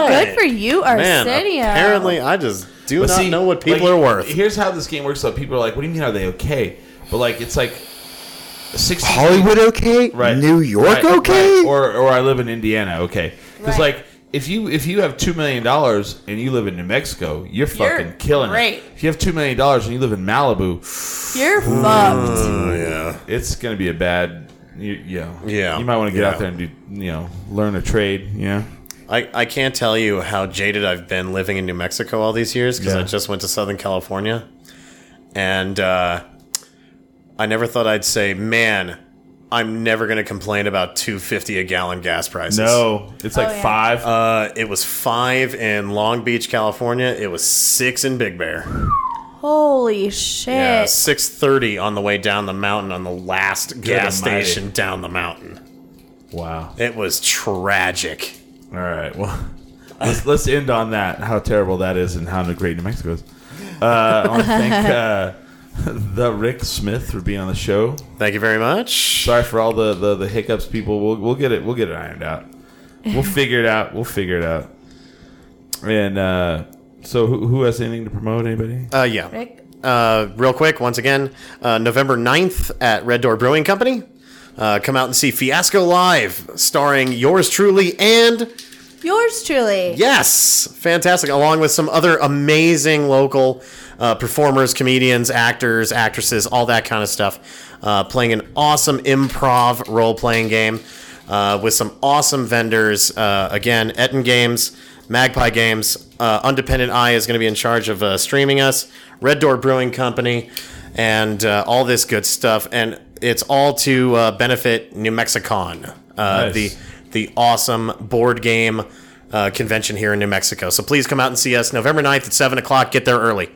[SPEAKER 4] all right.
[SPEAKER 5] good for you,
[SPEAKER 4] Man,
[SPEAKER 5] Arsenio.
[SPEAKER 4] apparently I just do
[SPEAKER 2] But
[SPEAKER 4] not
[SPEAKER 2] see,
[SPEAKER 4] know what people
[SPEAKER 2] like,
[SPEAKER 4] are worth.
[SPEAKER 2] Here's how this game works. though. people are like, "What do you mean? Are they okay?" But like, it's like sixteen.
[SPEAKER 3] Hollywood okay?
[SPEAKER 2] right?
[SPEAKER 3] New York
[SPEAKER 2] Right,
[SPEAKER 3] okay?
[SPEAKER 2] right. Or or I live in Indiana, okay? Because
[SPEAKER 5] Right.
[SPEAKER 2] like if you if you have two million dollars and you live in New Mexico, you're fucking killing
[SPEAKER 5] great.
[SPEAKER 2] it. If you have two million dollars and you live in Malibu,
[SPEAKER 5] You're
[SPEAKER 4] Hmm.
[SPEAKER 5] fucked.
[SPEAKER 4] Uh, yeah.
[SPEAKER 2] it's gonna be a bad. You, you know,
[SPEAKER 4] Yeah.
[SPEAKER 2] You might want to get
[SPEAKER 4] Yeah.
[SPEAKER 2] out there and do you know learn a trade. Yeah.
[SPEAKER 4] I, I can't tell you how jaded I've been living in New Mexico all these years because I
[SPEAKER 2] Yeah.
[SPEAKER 4] just went to Southern California. And uh, I never thought I'd say, man, I'm never going to complain about 250 a gallon gas prices.
[SPEAKER 2] No, it's like
[SPEAKER 5] Oh, yeah.
[SPEAKER 2] five.
[SPEAKER 4] Uh, it was five in Long Beach, California. It was six in Big Bear.
[SPEAKER 5] Holy shit.
[SPEAKER 4] Yeah, six thirty on the way down the mountain on the last gas
[SPEAKER 2] almighty.
[SPEAKER 4] station down the mountain.
[SPEAKER 2] wow.
[SPEAKER 4] It was tragic.
[SPEAKER 2] All right. Well, <laughs> let's, let's end on that. How terrible that is, and how great New Mexico is. Uh, I want to thank uh, <laughs> the Rick Smith for being on the show.
[SPEAKER 4] Thank you very much.
[SPEAKER 2] Sorry for all the, the, the hiccups, people. We'll we'll get it we'll get it ironed out.
[SPEAKER 5] <laughs>
[SPEAKER 2] We'll figure it out. We'll figure it out. And uh, so, who, who has anything to promote? Anybody?
[SPEAKER 4] Uh, yeah.
[SPEAKER 5] Rick?
[SPEAKER 4] Uh, real quick, once again, uh, November 9th at Red Door Brewing Company. Uh, come out and see Fiasco Live, starring yours truly and
[SPEAKER 5] Yours truly.
[SPEAKER 4] Yes, fantastic. Along with some other amazing local uh, performers, comedians, actors, actresses, all that kind of stuff, uh, playing an awesome improv role playing game uh, with some awesome vendors. Uh, again, Etten Games, Magpie Games, uh, Undependent Eye is going to be in charge of uh, streaming us, Red Door Brewing Company, and uh, all this good stuff. And it's all to uh, benefit New Mexicon, uh,
[SPEAKER 2] Nice.
[SPEAKER 4] the the awesome board game uh, convention here in New Mexico. So please come out and see us November 9th at 7 o'clock. Get there early.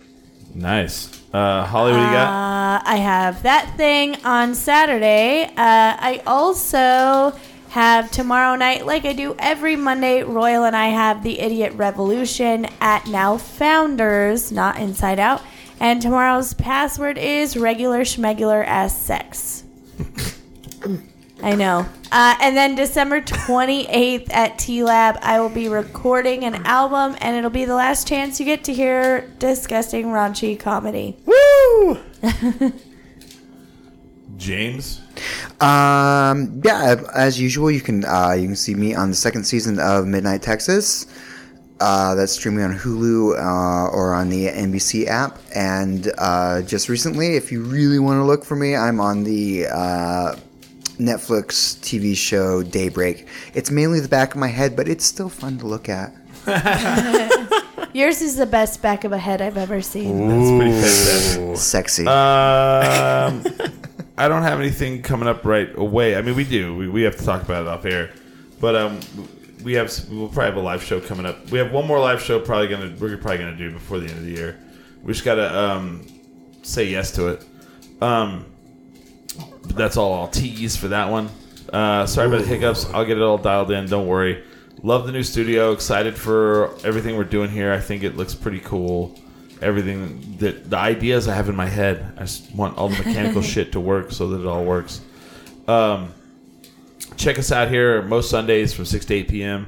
[SPEAKER 2] Nice. Uh, Holly, what do you got?
[SPEAKER 5] Uh, I have that thing on Saturday. Uh, I also have tomorrow night, like I do every Monday, Royal and I have the Idiot Revolution at Now Founders, not Inside Out. And tomorrow's password is regular schmegular as sex. I know. Uh, and then December 28th at T Lab, I will be recording an album, and it'll be the last chance you get to hear disgusting, raunchy comedy.
[SPEAKER 2] James?
[SPEAKER 3] Um, yeah, as usual, you can uh, you can see me on the second season of Midnight Texas. Uh, that's streaming on Hulu uh, or on the NBC app. And uh, just recently, if you really want to look for me, I'm on the uh, Netflix TV show Daybreak. It's mainly the back of my head, but it's still fun to look at.
[SPEAKER 5] Yours is the best back of a head I've ever seen.
[SPEAKER 2] That's pretty fantastic.
[SPEAKER 3] Sexy.
[SPEAKER 4] Uh,
[SPEAKER 2] Um, I don't have anything coming up right away. I mean, we do. We, we have to talk about it off air, but um, we have we'll probably have a live show coming up. We have one more live show probably gonna we're probably gonna do before the end of the year. We just gotta um, say yes to it. Um, but that's all I'll tease for that one. Uh, sorry about the hiccups. I'll get it all dialed in. Don't worry. Love the new studio. Excited for everything we're doing here. I think it looks pretty cool. Everything that the ideas I have in my head. I just want all the mechanical shit to work so that it all works. Um, check us out here most Sundays from 6 to 8 p.m.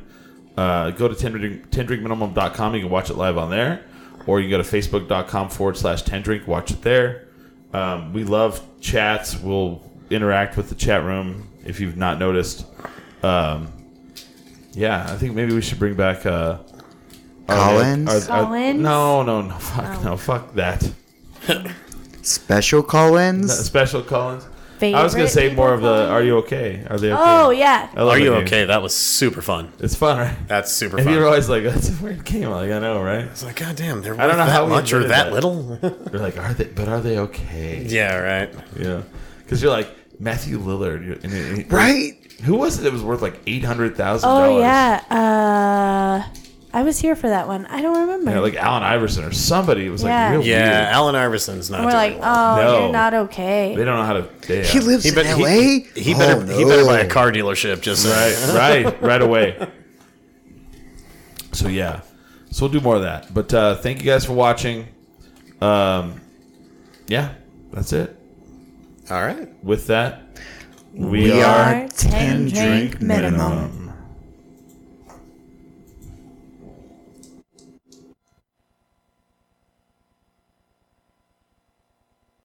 [SPEAKER 2] Uh, go to 10drinkminimum.com. You can watch it live on there. Or you can go to facebook.com forward slash 10drink. Watch it there. Um, we love chats. We'll interact with the chat room if you've not noticed. Um, yeah, I think maybe we should bring back uh, our-
[SPEAKER 3] Collins?
[SPEAKER 2] our- our-
[SPEAKER 5] Collins? Oh.
[SPEAKER 2] No, no, no. Fuck, no. Fuck that. <laughs>
[SPEAKER 3] Special call
[SPEAKER 2] No,
[SPEAKER 3] ins.
[SPEAKER 2] Special Collins. I was gonna
[SPEAKER 5] Favorite
[SPEAKER 2] say more
[SPEAKER 5] people
[SPEAKER 2] of the.
[SPEAKER 5] calling?
[SPEAKER 2] Are you okay? Are they? Okay?
[SPEAKER 5] Oh, yeah.
[SPEAKER 2] I love
[SPEAKER 4] Are
[SPEAKER 2] that
[SPEAKER 4] you
[SPEAKER 2] game.
[SPEAKER 4] okay? That was super fun.
[SPEAKER 2] It's fun, right?
[SPEAKER 4] That's super
[SPEAKER 2] And
[SPEAKER 4] fun.
[SPEAKER 2] you're always like, that's a weird game. Like, I know, right?
[SPEAKER 4] it's like, God damn, they're
[SPEAKER 2] I don't know
[SPEAKER 4] worth that
[SPEAKER 2] how we
[SPEAKER 4] much or
[SPEAKER 2] invented
[SPEAKER 4] that,
[SPEAKER 2] that.
[SPEAKER 4] little. <laughs>
[SPEAKER 2] They're like, are they? But are they okay?
[SPEAKER 4] yeah, right.
[SPEAKER 2] Yeah. Because you're like Matthew Lillard, you're- and- and-
[SPEAKER 3] Right?
[SPEAKER 2] Who was it that was worth like eight hundred thousand?
[SPEAKER 5] Oh, yeah. Uh, I was here for that one. I don't remember.
[SPEAKER 2] Yeah, like Allen Iverson or somebody. It was
[SPEAKER 5] Yeah.
[SPEAKER 2] like real
[SPEAKER 4] Yeah,
[SPEAKER 2] weird.
[SPEAKER 4] Alan Iverson's not.
[SPEAKER 5] we're
[SPEAKER 4] doing
[SPEAKER 5] like,
[SPEAKER 4] well.
[SPEAKER 5] oh,
[SPEAKER 2] No.
[SPEAKER 5] you're not
[SPEAKER 2] They uh,
[SPEAKER 5] okay.
[SPEAKER 2] don't know how to. Yeah.
[SPEAKER 3] He lives
[SPEAKER 4] He
[SPEAKER 3] in
[SPEAKER 4] bet-
[SPEAKER 3] LA?
[SPEAKER 4] He, he
[SPEAKER 3] Oh,
[SPEAKER 4] better, he better
[SPEAKER 3] no.
[SPEAKER 4] buy a car dealership. Just
[SPEAKER 2] right, <laughs> right, right away. So yeah, so we'll do more of that. But uh, thank you guys for watching. Um, yeah, that's it.
[SPEAKER 4] All right.
[SPEAKER 2] With that, we,
[SPEAKER 3] We
[SPEAKER 2] are
[SPEAKER 3] are 10 drink minimum.